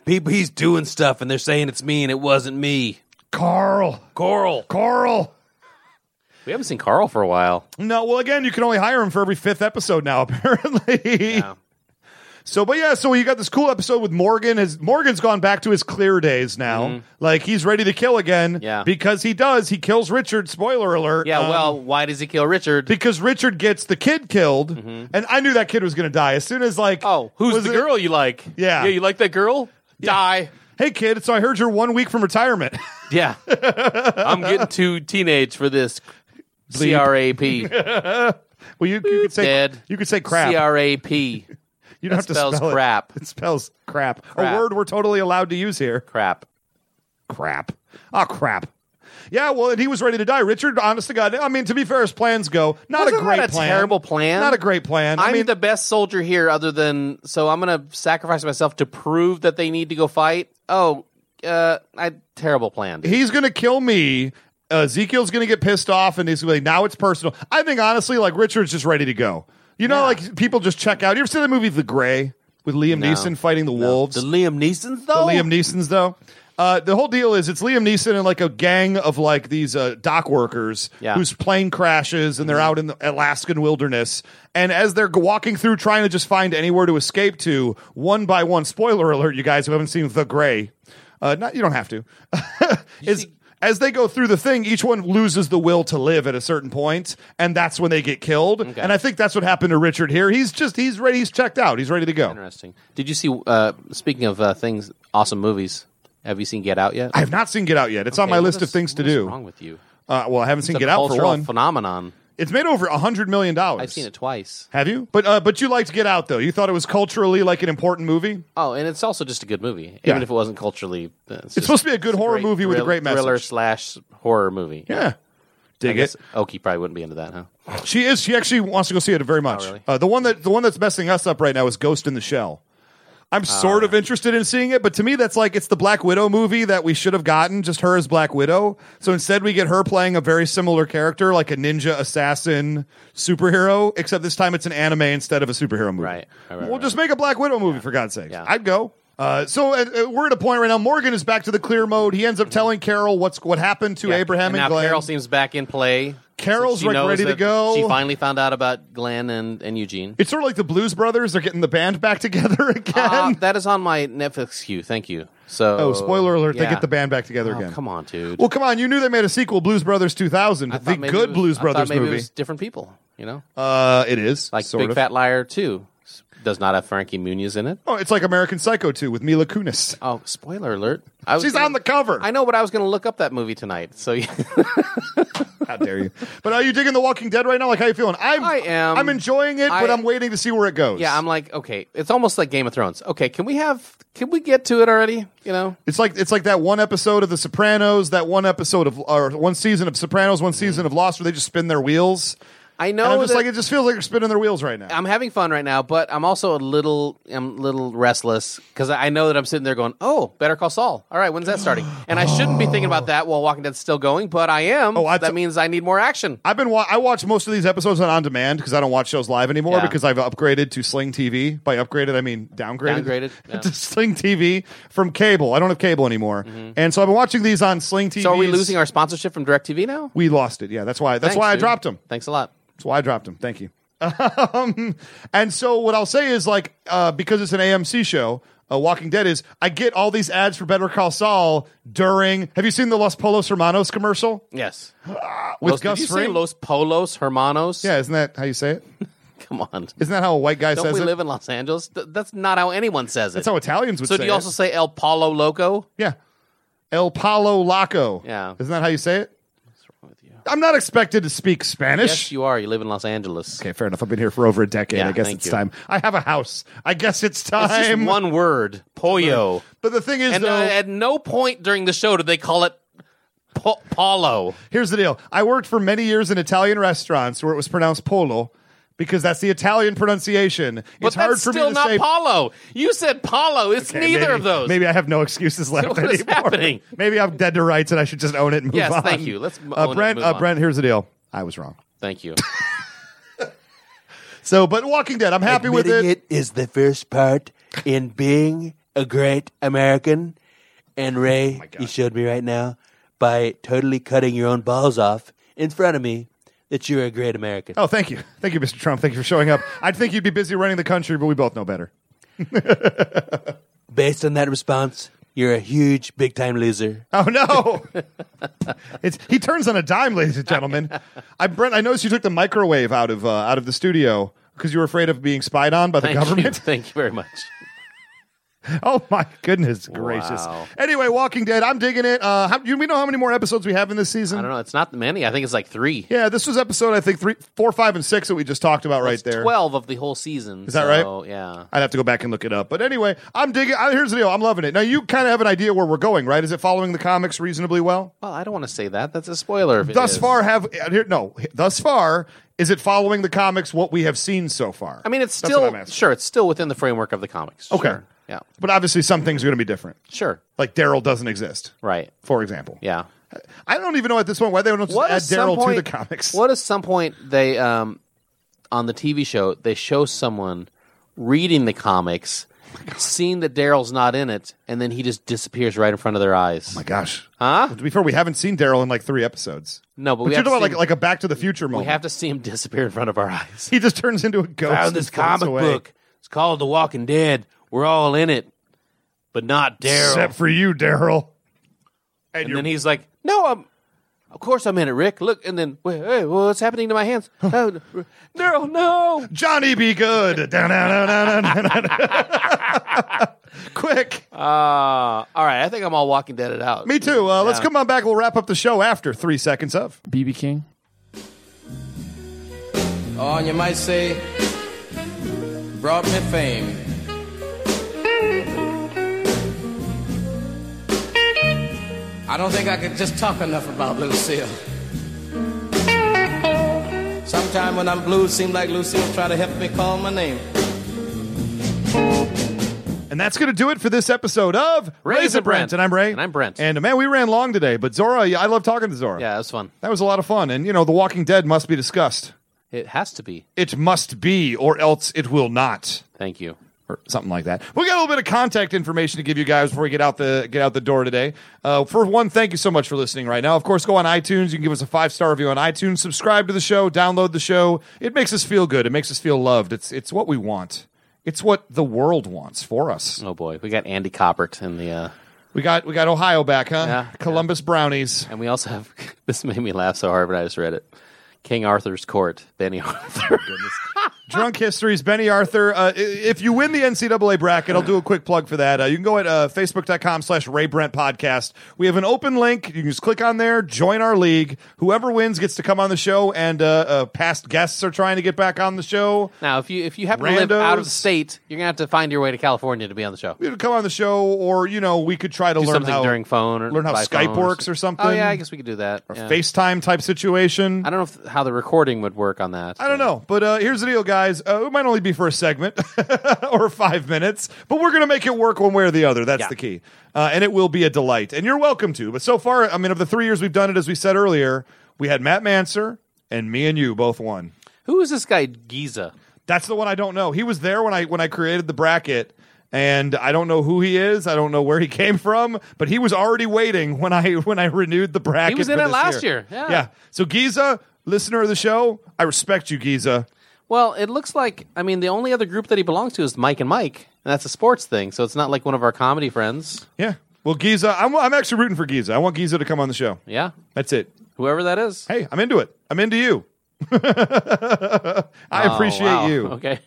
S5: People, he's doing stuff, and they're saying it's me, and it wasn't me.
S4: Carl.
S5: Coral.
S4: Carl.
S2: We haven't seen Carl for a while.
S4: No, well, again, you can only hire him for every fifth episode now, apparently. So, but yeah, so you got this cool episode with Morgan. His Morgan's gone back to his clear days now. Like he's ready to kill again.
S2: Mm-hmm. Yeah.
S4: because he does. He kills Richard. Spoiler alert.
S2: Yeah,
S4: Um,
S2: well, why does he kill Richard?
S4: because Richard gets the kid killed, and I knew that kid was going to die as soon as like,
S2: Mm-hmm. oh, who's
S4: was
S2: the
S4: it-
S2: girl you like?
S4: Yeah.
S2: Yeah, you like that girl? Die.
S4: Hey kid, so I heard you're one week from retirement.
S2: Yeah. I'm getting too teenage for this. CRAP.
S4: well, you, you could say
S2: Dead.
S4: you could say crap.
S2: CRAP.
S4: you don't
S2: that
S4: have to
S2: spells
S4: spell it.
S2: crap.
S4: It spells crap. A
S2: Crap.
S4: word we're totally allowed to use here.
S2: Crap.
S4: crap. Oh, crap. Yeah, well, and he was ready to die. Richard, honest to God, I mean, to be fair, as plans go, not
S2: Wasn't
S4: a great
S2: that a
S4: plan.
S2: terrible plan?
S4: Not a great plan. I
S2: I'm
S4: mean,
S2: the best soldier here, other than so I'm going to sacrifice myself to prove that they need to go fight. Oh, uh, I terrible plan. dude.
S4: he's going to kill me. Ezekiel's going to get pissed off, and he's going to be like, now it's personal. I think, honestly, like, Richard's just ready to go. You know, like, people just check out. You ever see the movie The Gray with Liam Neeson fighting the wolves?
S2: The Liam Neeson's though.
S4: the Liam Neeson's though. Uh, the whole deal is it's Liam Neeson and like a gang of like these uh, dock workers
S2: Yeah.
S4: whose plane crashes and they're out in the Alaskan wilderness. And as they're g- walking through trying to just find anywhere to escape to, one by one, spoiler alert, you guys who haven't seen The Gray, uh, not you don't have to. is as they go through the thing, each one loses the will to live at a certain point, and that's when they get killed. And I think that's what happened to Richard here. He's just he's ready, he's checked out, he's ready to go.
S2: Interesting. Did you see? Uh, speaking of uh, things, awesome movies. Have you seen Get Out yet?
S4: I have not seen Get Out yet. It's on my list of things to do.
S2: What's wrong with you?
S4: Uh, well, I haven't seen
S2: It's a
S4: Get Out for
S2: cultural
S4: one.
S2: phenomenon.
S4: it's made over a hundred million dollars.
S2: I've seen it twice.
S4: Have you? But uh, but you liked Get Out though. You thought it was culturally like an important movie.
S2: Oh, and it's also just a good movie,
S4: Yeah.
S2: even if it wasn't culturally. uh, It's,
S4: It's supposed to be a good horror movie with a great message.
S2: thriller slash horror movie.
S4: Yeah,
S2: I
S4: dig
S2: guess
S4: it.
S2: Oki probably wouldn't be into that, huh?
S4: She is. She actually wants to go see it very much.
S2: Oh, really?
S4: uh, the one that the one that's messing us up right now is Ghost in the Shell.
S2: Ah.
S4: I'm sort of interested in seeing it, but to me, that's like it's the Black Widow movie that we should have gotten, just her as Black Widow. So instead, we get her playing a very similar character, like a ninja assassin superhero, except this time it's an anime instead of a superhero movie.
S2: Right, right, right,
S4: we'll
S2: right.
S4: just make a Black Widow movie for God's sake. I'd go. Uh, so uh, uh, we're at a point right now. Morgan is back to the clear mode. He ends up telling Carol what's what happened to
S2: Mm-hmm. Yeah.
S4: Abraham and,
S2: now
S4: Glenn.
S2: Carol seems back in play.
S4: Carol's,
S2: She
S4: like,
S2: knows
S4: ready to
S2: that
S4: go.
S2: She finally found out about Glenn and, and Eugene.
S4: it's sort of like the Blues Brothers. They're getting the band back together again.
S2: Ah, that is on my Netflix queue. Thank you. So,
S4: oh, spoiler alert! They
S2: yeah.
S4: get the band back together
S2: Oh,
S4: again.
S2: Come on, dude.
S4: Well, come on. You knew they made a sequel, Blues Brothers 2000,
S2: I
S4: the
S2: thought maybe
S4: good
S2: it was-
S4: Blues
S2: I thought
S4: Brothers
S2: maybe
S4: movie.
S2: It was different people, you know,
S4: uh, it is
S2: like
S4: sort
S2: Big
S4: of.
S2: Fat Liar too does not have Frankie Muniz in it.
S4: Oh, it's like American Psycho 2 with Mila Kunis.
S2: Oh, spoiler alert! I was
S4: She's
S2: gonna-
S4: on the cover.
S2: I know, but I was going to look up that movie tonight. So yeah.
S4: How dare you? But are you digging The Walking Dead right now? Like, how you feeling? I'm,
S2: I am.
S4: I'm enjoying it, but
S2: I-
S4: I'm waiting to see where it goes.
S2: yeah, I'm like, okay, it's almost like Game of Thrones. Okay, can we have? Can we get to it already? You know,
S4: It's like it's like that one episode of The Sopranos, that one episode of or one season of Sopranos, one
S2: Mm.
S4: season of Lost, where they just spin their wheels.
S2: I
S4: And
S2: know.
S4: I'm just
S2: that-
S4: like it just feels like they're spinning their wheels right now.
S2: I'm having fun right now, but I'm also a little I'm a little restless because I know that I'm sitting there going, "Oh, Better Call Saul." All right, when's that starting? And I shouldn't be thinking about that while Walking Dead's still going, but I am.
S4: Oh, I
S2: that
S4: t-
S2: means I need more action.
S4: I've been wa- I watch most of these episodes on on demand because I don't watch shows live anymore
S2: Yeah.
S4: because I've upgraded to Sling TV. By upgraded, I mean downgraded.
S2: Downgraded, yeah.
S4: to Sling TV from cable. I don't have cable anymore, and so I've been watching these on Sling TV.
S2: Mm-hmm. So are we losing our sponsorship from DirecTV now?
S4: We lost it. Yeah, that's why. That's
S2: Thanks,
S4: why I
S2: dude.
S4: dropped them.
S2: Thanks a lot.
S4: That's why I dropped him. Thank you. Um, and so what I'll say is like uh, because it's an AMC show, uh, Walking Dead is I get all these ads for Better Call Saul during. Have you seen the Los Polos Hermanos commercial uh,
S2: Yes.
S4: with
S2: Los,
S4: Gus
S2: did you say
S4: Fring?
S2: Los Polos Hermanos?
S4: yeah, isn't that how you say it?
S2: Come on.
S4: Isn't that how a white guy
S2: Don't
S4: says
S2: we
S4: it?
S2: live in Los Angeles? Th- that's not how anyone says it.
S4: That's how Italians would
S2: so
S4: say.
S2: do you also
S4: it.
S2: say El Palo Loco?
S4: Yeah, El Palo Loco.
S2: Yeah.
S4: isn't that how you say it? I'm not expected to speak Spanish.
S2: Yes, you are. You live in Los Angeles.
S4: okay, fair enough. I've been here for over a decade.
S2: Yeah,
S4: I guess
S2: thank
S4: it's
S2: you.
S4: time. I have a house. I guess it's time.
S2: It's just one word, pollo.
S4: But the thing is,
S2: And
S4: though,
S2: uh, at no point during the show did they call it po- Paulo.
S4: Here's the deal. I worked for many years in Italian restaurants where it was pronounced polo because that's the Italian pronunciation.
S2: But
S4: it's
S2: that's
S4: hard for
S2: still
S4: me to
S2: not
S4: say.
S2: Paulo. You said Paulo. It's
S4: Okay,
S2: neither
S4: maybe-
S2: of those.
S4: Maybe I have no excuses left
S2: What
S4: anymore.
S2: is happening?
S4: Maybe I'm dead to rights and I should just own it and move
S2: Yes,
S4: on.
S2: thank you. Let's m- own
S4: uh,
S2: it,
S4: Brent.
S2: move
S4: uh,
S2: on.
S4: Brent. Here's the deal. I was wrong.
S2: Thank you.
S4: So, but Walking Dead, I'm happy with it.
S5: Admitting it is the first part in being a great American.
S4: Oh
S5: And Ray, you showed me right now by totally cutting your own balls off in front of me that you're a great American.
S4: Oh, thank you, thank you, Mr. Trump. Thank you for showing up. I'd think you'd be busy running the country, but we both know better.
S5: Based on that response, you're a huge, big time loser.
S4: Oh no! it's he turns on a dime, ladies and gentlemen. I Brent, I noticed you took the microwave out of uh, out of the studio because you were afraid of being spied on by the
S2: Thank you.
S4: government.
S2: Thank you very much.
S4: oh my goodness gracious!
S2: Wow.
S4: Anyway, Walking Dead, I'm digging it. Uh, how, you we know how many more episodes we have in this season?
S2: I don't know. It's not many. I think it's like three.
S4: Yeah, this was episode I think three, four, five, and six that we just talked about right
S2: It's
S4: there.
S2: Twelve of the whole season. Is
S4: that right?
S2: Yeah.
S4: I'd have to go back and look it up. But anyway, I'm digging. I, here's the deal. I'm loving it. Now you kind of have an idea where we're going, right? Is it following the comics reasonably well?
S2: Well, I don't want to say that. That's a spoiler. if it
S4: thus
S2: is.
S4: far have uh, here, no thus far is it following the comics what we have seen so far
S2: I mean, it's
S4: That's what
S2: still
S4: I'm asking.
S2: sure. It's still within the framework of the comics.
S4: Okay.
S2: Sure. Yeah.
S4: but obviously some things are going to be different
S2: Sure.
S4: like daryl doesn't exist
S2: Right.
S4: for example
S2: Yeah.
S4: i don't even know at this point why they don't just
S2: What
S4: add
S2: at some
S4: daryl
S2: point,
S4: to the comics
S2: What at some point they um on the TV show they show someone reading the comics, seeing that Daryl's not in it, and then he just disappears right in front of their eyes.
S4: Oh my gosh
S2: Huh?
S4: to be fair we haven't seen daryl in like three episodes
S2: No, but,
S4: but
S2: we
S4: you're
S2: have, to
S4: talking about
S2: see
S4: like,
S2: him,
S4: like a back to the future
S2: we
S4: moment
S2: have to see him disappear in front of our eyys.
S4: he just turns into a ghost
S5: Found
S4: and
S5: this
S4: floats
S5: comic
S4: away.
S5: book.
S2: It's called The Walking Dead. We're all in it, but not Daryl.
S4: except for you daryl and,
S2: and
S4: you're
S2: then he's like, "No, I'm." Of course I'm in it, Rick. Look, and then wait, wait, what's happening to my hands? Oh, R- Daryl, no!
S4: johnny be good Da-na-na-na-na-na-na. quick
S2: Uh, all right, I think I'm all Walking Dead it out.
S4: Me too. Uh, Let's come on back. We'll wrap up the show after three seconds of.
S3: BB King.
S6: Oh, and you might say, brought me fame. I don't think I could just talk enough about Lucille. Sometime when I'm blue, it seems like Lucille try to help me call my name.
S4: And that's going to do it for this episode of Razor Brent.
S2: Brent.
S4: And I'm Ray.
S2: And I'm Brent.
S4: And uh, man, we ran long today, but Zora, yeah, I love talking to Zora.
S2: Yeah, that was fun.
S4: That was a lot of fun. And, you know, The Walking Dead must be discussed.
S2: It has to be.
S4: It must be, or else it will not.
S2: Thank you.
S4: or something like that. We got a little bit of contact information to give you guys before we get out the get out the door today. Uh, for one, thank you so much for listening right now. Of course, go on iTunes. You can give us a five star review on iTunes. Subscribe to the show. Download the show. It makes us feel good. It makes us feel loved. It's it's what we want. It's what the world wants for us.
S2: Oh boy, we got Andy Coppert in the, uh,
S4: We got we got Ohio back, huh?
S2: Yeah.
S4: Columbus Brownies.
S2: and we also have. This made me laugh so hard when I just read it. King Arthur's Court, Benny Arthur.
S4: Drunk Histories, Benny Arthur. Uh, i- if you win the NCAA bracket, I'll do a quick plug for that. Uh, you can go at uh, facebook.com slash Ray Brent Podcast. We have an open link. You can just click on there, join our league. Whoever wins gets to come on the show, and uh, uh, past guests are trying to get back on the show.
S2: now, if you if you happen to live
S4: Randos.
S2: out of state, you're gonna have to find your way to California to be on the show.
S4: You could come on the show, or, you know, we could try to
S2: Do
S4: learn
S2: something
S4: how,
S2: during phone or
S4: learn how
S2: by
S4: Skype
S2: phone
S4: works or something.
S2: Oh yeah, I guess we could do that. Yeah.
S4: FaceTime type situation.
S2: I don't know if, how the recording would work on that.
S4: I don't know, but uh, here's the deal, guys. Uh, it might only be for a segment or five minutes, but we're going to make it work one way or the other. That's
S2: Yeah.
S4: the key, uh, and it will be a delight. And you're welcome to. But so far, I mean, of the three years we've done it, as we said earlier, we had Matt Manser and me and you both won.
S2: Who is this guy Giza?
S4: That's the one I don't know. He was there when I when I created the bracket. And I don't know who he is. I don't know where he came from, but he was already waiting when I when I renewed the bracket.
S2: was in
S4: for
S2: it
S4: this
S2: last year. Yeah.
S4: yeah. So Giza, listener of the show, I respect you, Giza.
S2: Well, it looks like I mean the only other group that he belongs to is Mike and Mike, and that's a sports thing. So it's not like one of our comedy friends.
S4: Yeah. Well, Giza, I'm, I'm actually rooting for Giza. I want Giza to come on the show.
S2: Yeah,
S4: That's it.
S2: whoever that is.
S4: Hey, I'm into it. I'm into you. I appreciate
S2: Oh, wow.
S4: you.
S2: Okay.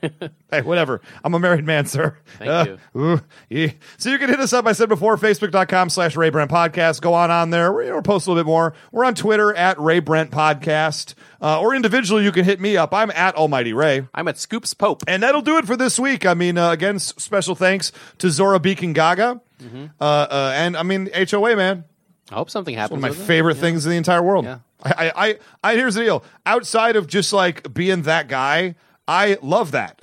S4: Hey, whatever. I'm a married man, sir.
S2: Thank
S4: you. So you can hit us up. I said before, facebook.com slash Ray Brent Podcast. Go on on there. We're, you know, post a little bit more. We're on Twitter at Ray Brent Podcast. Uh, or individually, you can hit me up. I'm at Almighty Ray.
S2: I'm at Scoops Pope.
S4: And that'll do it for this week. I mean, uh, again, s- special thanks to Zora Beacon Gaga.
S2: Mm-hmm.
S4: Uh, uh, and I mean, HOA, man.
S2: I hope something
S4: One
S2: happens.
S4: of my
S2: with it.
S4: favorite things in the entire world.
S2: Yeah.
S4: I, I, I, I, here's the deal. Outside of just like being that guy, I love that.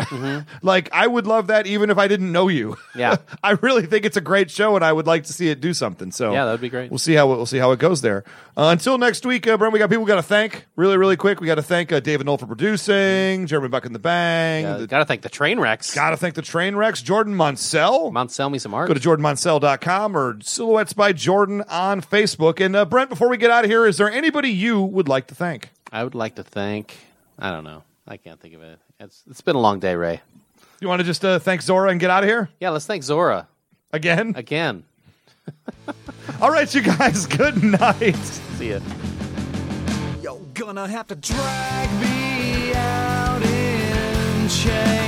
S4: like, I would love that even if I didn't know you.
S2: Mm-hmm. Yeah.
S4: I really think it's a great show, and I would like to see it do something. So
S2: Yeah, that would be great.
S4: We'll see how it- we'll see how it goes there. Uh, until next week, uh, Brent, we got people we got to thank really, really quick. We got to thank uh, David Knoll for producing, Jeremy Buck in the Bang.
S2: Uh,
S4: the-
S2: Gotta thank the train wrecks.
S4: Gotta thank the train wrecks. Jordan Monsell.
S2: Mount sell me some art.
S4: Go to jordanmonsell.com or Silhouettes by Jordan on Facebook. And uh, Brent, before we get out of here, is there anybody you would like to thank?
S2: I would like to thank. I don't know. I can't think of it. It's, it's been a long day, Ray.
S4: You want to just uh, thank Zora and get out of here
S2: Yeah, let's thank Zora
S4: again?
S2: again.
S4: All right, you guys, good night.
S2: See ya.
S1: You're gonna have to drag me out in chains.